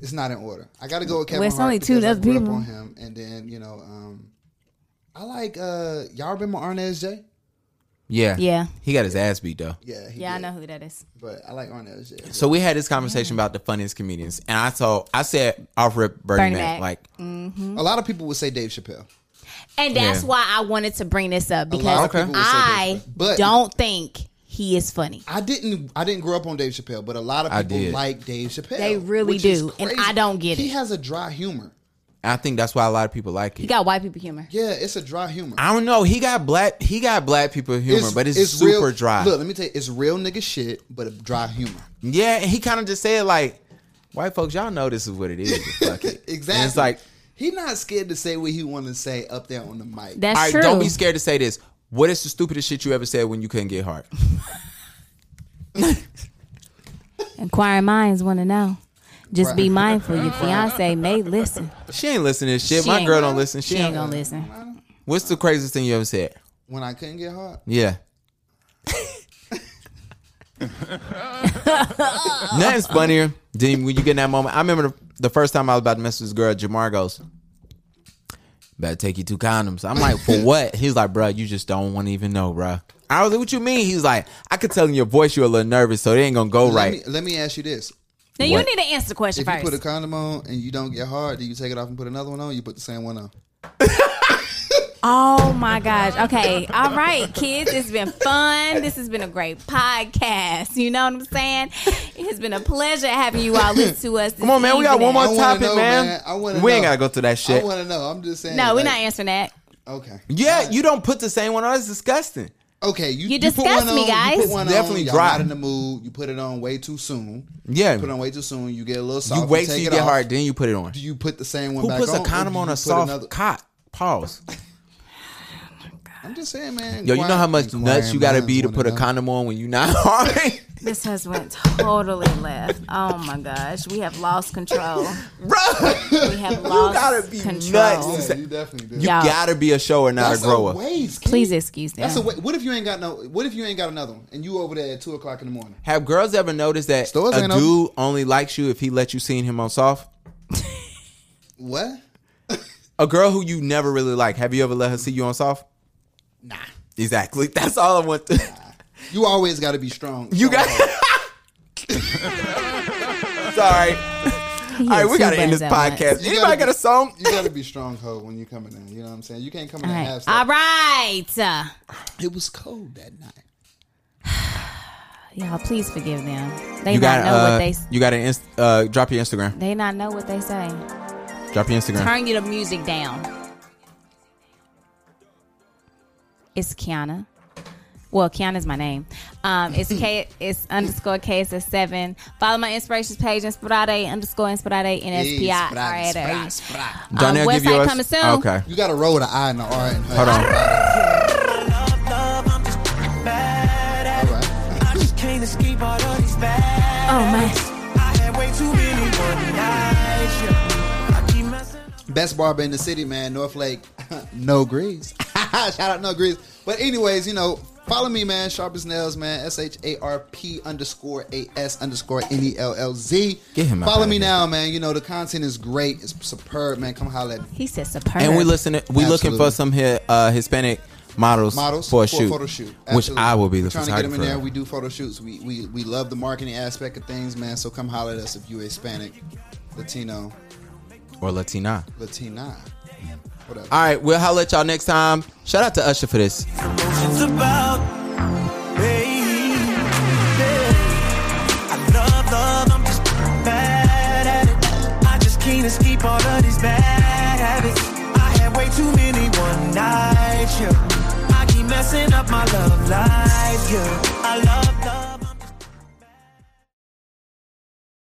[SPEAKER 3] it's not in order. I gotta go with Kevin
[SPEAKER 2] Well, it's
[SPEAKER 3] Hart
[SPEAKER 2] only two
[SPEAKER 3] because I
[SPEAKER 2] other
[SPEAKER 3] grew up
[SPEAKER 2] people.
[SPEAKER 3] on him, and then you know, um, I like uh, y'all remember Arnez J?
[SPEAKER 1] Yeah.
[SPEAKER 2] Yeah.
[SPEAKER 1] He got his ass beat though.
[SPEAKER 3] Yeah, he
[SPEAKER 2] yeah, I
[SPEAKER 3] did,
[SPEAKER 2] know Mm-hmm. who that is.
[SPEAKER 3] But I like Arnez J.
[SPEAKER 1] So we had this conversation about the funniest comedians, and I told I said off rip Bernie,
[SPEAKER 2] Bernie
[SPEAKER 1] Mac,
[SPEAKER 2] Mac.
[SPEAKER 1] like
[SPEAKER 3] A lot of people would say Dave Chappelle.
[SPEAKER 2] And that's
[SPEAKER 1] Yeah.
[SPEAKER 2] why I wanted to bring this up
[SPEAKER 3] A
[SPEAKER 2] because
[SPEAKER 3] lot of people would say
[SPEAKER 2] I
[SPEAKER 3] Dave Chappelle. But-
[SPEAKER 2] don't think he is funny.
[SPEAKER 3] I didn't I didn't grow up on Dave Chappelle, but a lot
[SPEAKER 1] I
[SPEAKER 3] of people
[SPEAKER 1] did.
[SPEAKER 3] like Dave Chappelle.
[SPEAKER 2] They really
[SPEAKER 3] which is
[SPEAKER 2] do, and
[SPEAKER 3] crazy.
[SPEAKER 2] I don't get
[SPEAKER 3] He
[SPEAKER 2] it.
[SPEAKER 3] has a dry humor.
[SPEAKER 1] I think that's why a lot of people like
[SPEAKER 2] He
[SPEAKER 1] it.
[SPEAKER 2] got white people humor.
[SPEAKER 3] Yeah, it's a dry humor.
[SPEAKER 1] I don't know. He got black. He got black people humor, but it's, super
[SPEAKER 3] real,
[SPEAKER 1] dry.
[SPEAKER 3] Look, let me tell you, it's real nigga shit, but a dry humor.
[SPEAKER 1] yeah, and he kind of just said like, "White folks, y'all know this is what it is." Fuck it.
[SPEAKER 3] Exactly.
[SPEAKER 1] And it's like,
[SPEAKER 3] he not scared to say what he want to say up there on the mic.
[SPEAKER 2] That's
[SPEAKER 1] all right,
[SPEAKER 2] true.
[SPEAKER 1] don't be scared to say this. What is the stupidest shit you ever said when you couldn't get hard? [laughs]
[SPEAKER 2] Inquiring minds want to know. Just
[SPEAKER 3] Right.
[SPEAKER 2] be mindful. Your fiance may
[SPEAKER 1] [laughs]
[SPEAKER 2] listen.
[SPEAKER 1] She ain't listening to shit.
[SPEAKER 2] She
[SPEAKER 1] My
[SPEAKER 2] ain't
[SPEAKER 1] girl
[SPEAKER 2] gonna-
[SPEAKER 1] don't listen. She,
[SPEAKER 2] She ain't
[SPEAKER 1] ain't.
[SPEAKER 2] gonna listen.
[SPEAKER 1] What's the craziest thing you ever said?
[SPEAKER 3] when I couldn't get hard,
[SPEAKER 2] [laughs]
[SPEAKER 1] Yeah. Nothing's funnier than when you get in that moment. I remember the, the first time I was about to mess with this girl, Jamar goes, Better take you two condoms. I'm like,
[SPEAKER 2] [laughs]
[SPEAKER 1] For what? He's like, Bruh, you just don't want to even know, bruh. I was like, What you mean? He's like, I could tell in your voice you're a little nervous, so it ain't going to go right.
[SPEAKER 3] Let me, let me ask you this:
[SPEAKER 2] Now you
[SPEAKER 1] What?
[SPEAKER 2] need to answer the question
[SPEAKER 3] If you
[SPEAKER 2] first.
[SPEAKER 3] put a condom on and you don't get hard, do you take it off and put another one on? You put the same one on.
[SPEAKER 2] oh my gosh. Okay. All right, kids. It's been fun. This has been a great podcast. You know what I'm saying? It has been a pleasure having you all listen to us.
[SPEAKER 1] Come on, man. We got one more
[SPEAKER 3] I wanna
[SPEAKER 1] topic,
[SPEAKER 3] know,
[SPEAKER 1] man.
[SPEAKER 3] man. I wanna
[SPEAKER 1] We ain't
[SPEAKER 3] know.
[SPEAKER 1] got to go through that
[SPEAKER 3] I
[SPEAKER 1] shit.
[SPEAKER 3] want to know. I'm just saying.
[SPEAKER 2] No, we're
[SPEAKER 3] like,
[SPEAKER 2] not answering that.
[SPEAKER 3] Okay.
[SPEAKER 1] yeah, you don't put the same one on. That's disgusting.
[SPEAKER 3] Okay, you,
[SPEAKER 2] You
[SPEAKER 3] put one
[SPEAKER 2] disgust me,
[SPEAKER 3] on,
[SPEAKER 2] guys.
[SPEAKER 3] You put one
[SPEAKER 1] Definitely
[SPEAKER 3] on, y'all
[SPEAKER 1] dry.
[SPEAKER 3] Not in the mood. You put it on way too soon.
[SPEAKER 1] Yeah.
[SPEAKER 3] You put it on way too soon. You get a little soft.
[SPEAKER 1] You wait
[SPEAKER 3] take
[SPEAKER 1] till you
[SPEAKER 3] it
[SPEAKER 1] get
[SPEAKER 3] off.
[SPEAKER 1] hard, then you put it on.
[SPEAKER 3] Do you put the same one
[SPEAKER 1] Who
[SPEAKER 3] back
[SPEAKER 1] puts
[SPEAKER 3] on?
[SPEAKER 1] a
[SPEAKER 3] or
[SPEAKER 1] condom
[SPEAKER 3] do
[SPEAKER 1] on
[SPEAKER 3] you
[SPEAKER 1] a
[SPEAKER 3] put
[SPEAKER 1] soft
[SPEAKER 3] another-
[SPEAKER 1] cock? Pause.
[SPEAKER 3] I'm just saying, man.
[SPEAKER 1] Yo, you know how much
[SPEAKER 3] quiet-
[SPEAKER 1] nuts you gotta
[SPEAKER 3] inquiring
[SPEAKER 1] be to
[SPEAKER 3] minds
[SPEAKER 1] put a
[SPEAKER 3] wanna know.
[SPEAKER 1] condom on when you not [laughs] hard?
[SPEAKER 2] This has went totally left. Oh my gosh. We have lost control.
[SPEAKER 1] Bro, you
[SPEAKER 2] We have
[SPEAKER 1] gotta
[SPEAKER 2] lost
[SPEAKER 1] be
[SPEAKER 2] control.
[SPEAKER 1] nuts.
[SPEAKER 3] Yeah, you definitely do.
[SPEAKER 1] You
[SPEAKER 2] Y'all.
[SPEAKER 1] gotta be a shower, not
[SPEAKER 3] That's
[SPEAKER 1] a grower.
[SPEAKER 3] waste, kid.
[SPEAKER 2] Please excuse that.
[SPEAKER 3] That's a wa- What if you ain't got no? What if you ain't got another one and you over there at two o'clock in the morning?
[SPEAKER 1] Have girls ever noticed that
[SPEAKER 3] Stores
[SPEAKER 1] a
[SPEAKER 3] ain't
[SPEAKER 1] dude
[SPEAKER 3] open.
[SPEAKER 1] only likes you if he let you see him on soft?
[SPEAKER 3] What?
[SPEAKER 1] A girl who you [laughs]
[SPEAKER 3] [laughs]
[SPEAKER 1] never really like, have you ever let her see you on soft? Nah. Exactly. That's all I want to.
[SPEAKER 3] You always got to be strong.
[SPEAKER 1] You
[SPEAKER 3] [laughs]
[SPEAKER 1] got. Sorry. All right, we
[SPEAKER 2] two
[SPEAKER 1] got to end
[SPEAKER 2] bands
[SPEAKER 1] this
[SPEAKER 2] at once.
[SPEAKER 1] podcast.
[SPEAKER 3] You
[SPEAKER 1] Anybody
[SPEAKER 3] gotta
[SPEAKER 1] got a
[SPEAKER 3] be-
[SPEAKER 1] song?
[SPEAKER 3] You got to be stronghold when you coming in. You know what I'm saying? You can't come in
[SPEAKER 2] All
[SPEAKER 3] and
[SPEAKER 2] right.
[SPEAKER 3] half
[SPEAKER 2] All
[SPEAKER 3] step.
[SPEAKER 2] right.
[SPEAKER 3] It was cold that night.
[SPEAKER 2] [sighs] Y'all, please forgive them. They
[SPEAKER 1] You got.
[SPEAKER 2] not know
[SPEAKER 1] Uh,
[SPEAKER 2] what they s-
[SPEAKER 1] you got an. Inst- uh, drop your Instagram.
[SPEAKER 2] they not know what they say.
[SPEAKER 1] Drop your Instagram.
[SPEAKER 2] Turn your music down. It's Kiana. Well, Kiana's my name. Um, it's [laughs] K. It's underscore KSS seven. Follow my inspirations page, Inspirade underscore Inspirade N S P I R A.
[SPEAKER 3] Sprite,
[SPEAKER 2] D.
[SPEAKER 3] Sprite, Sprite.
[SPEAKER 2] Um,
[SPEAKER 1] Darnell,
[SPEAKER 2] website
[SPEAKER 1] give yours.
[SPEAKER 2] coming soon.
[SPEAKER 1] Okay.
[SPEAKER 3] You got to roll the I and the R. And
[SPEAKER 1] Hold on.
[SPEAKER 3] All right.
[SPEAKER 2] Oh my!
[SPEAKER 3] Best barber in the city, man. North Lake. [laughs] no grease. [laughs] Shout out No Grease. But anyways, you know, follow me, man. Sharpest Nails, man. S H A R P underscore A S underscore N E L L Z.
[SPEAKER 1] Get him out
[SPEAKER 3] Follow
[SPEAKER 1] of
[SPEAKER 3] me
[SPEAKER 1] here.
[SPEAKER 3] now, man. You know, the content is great. It's superb, man. Come holla at me.
[SPEAKER 2] He said superb.
[SPEAKER 1] And we listen. We looking for
[SPEAKER 3] Absolutely.
[SPEAKER 1] some hi- uh, Hispanic models,
[SPEAKER 3] models
[SPEAKER 1] for a shoot,
[SPEAKER 3] photo shoot
[SPEAKER 1] which
[SPEAKER 3] Absolutely.
[SPEAKER 1] I will be
[SPEAKER 3] We're
[SPEAKER 1] the
[SPEAKER 3] trying to get them in there.
[SPEAKER 1] photographer.
[SPEAKER 3] We do photo shoots. We, we we love the marketing aspect of things, man. So come holler at us if you Hispanic, Latino,
[SPEAKER 1] or Latina.
[SPEAKER 3] Latina, whatever.
[SPEAKER 1] Mm. All right, we'll holler at y'all next time. Shout out to Usher for this.
[SPEAKER 5] It's about me. I love love, I'm just bad at it. I just can't escape all of these bad habits. I had way too many one nights, yeah. I keep messing up my love life, yeah. I love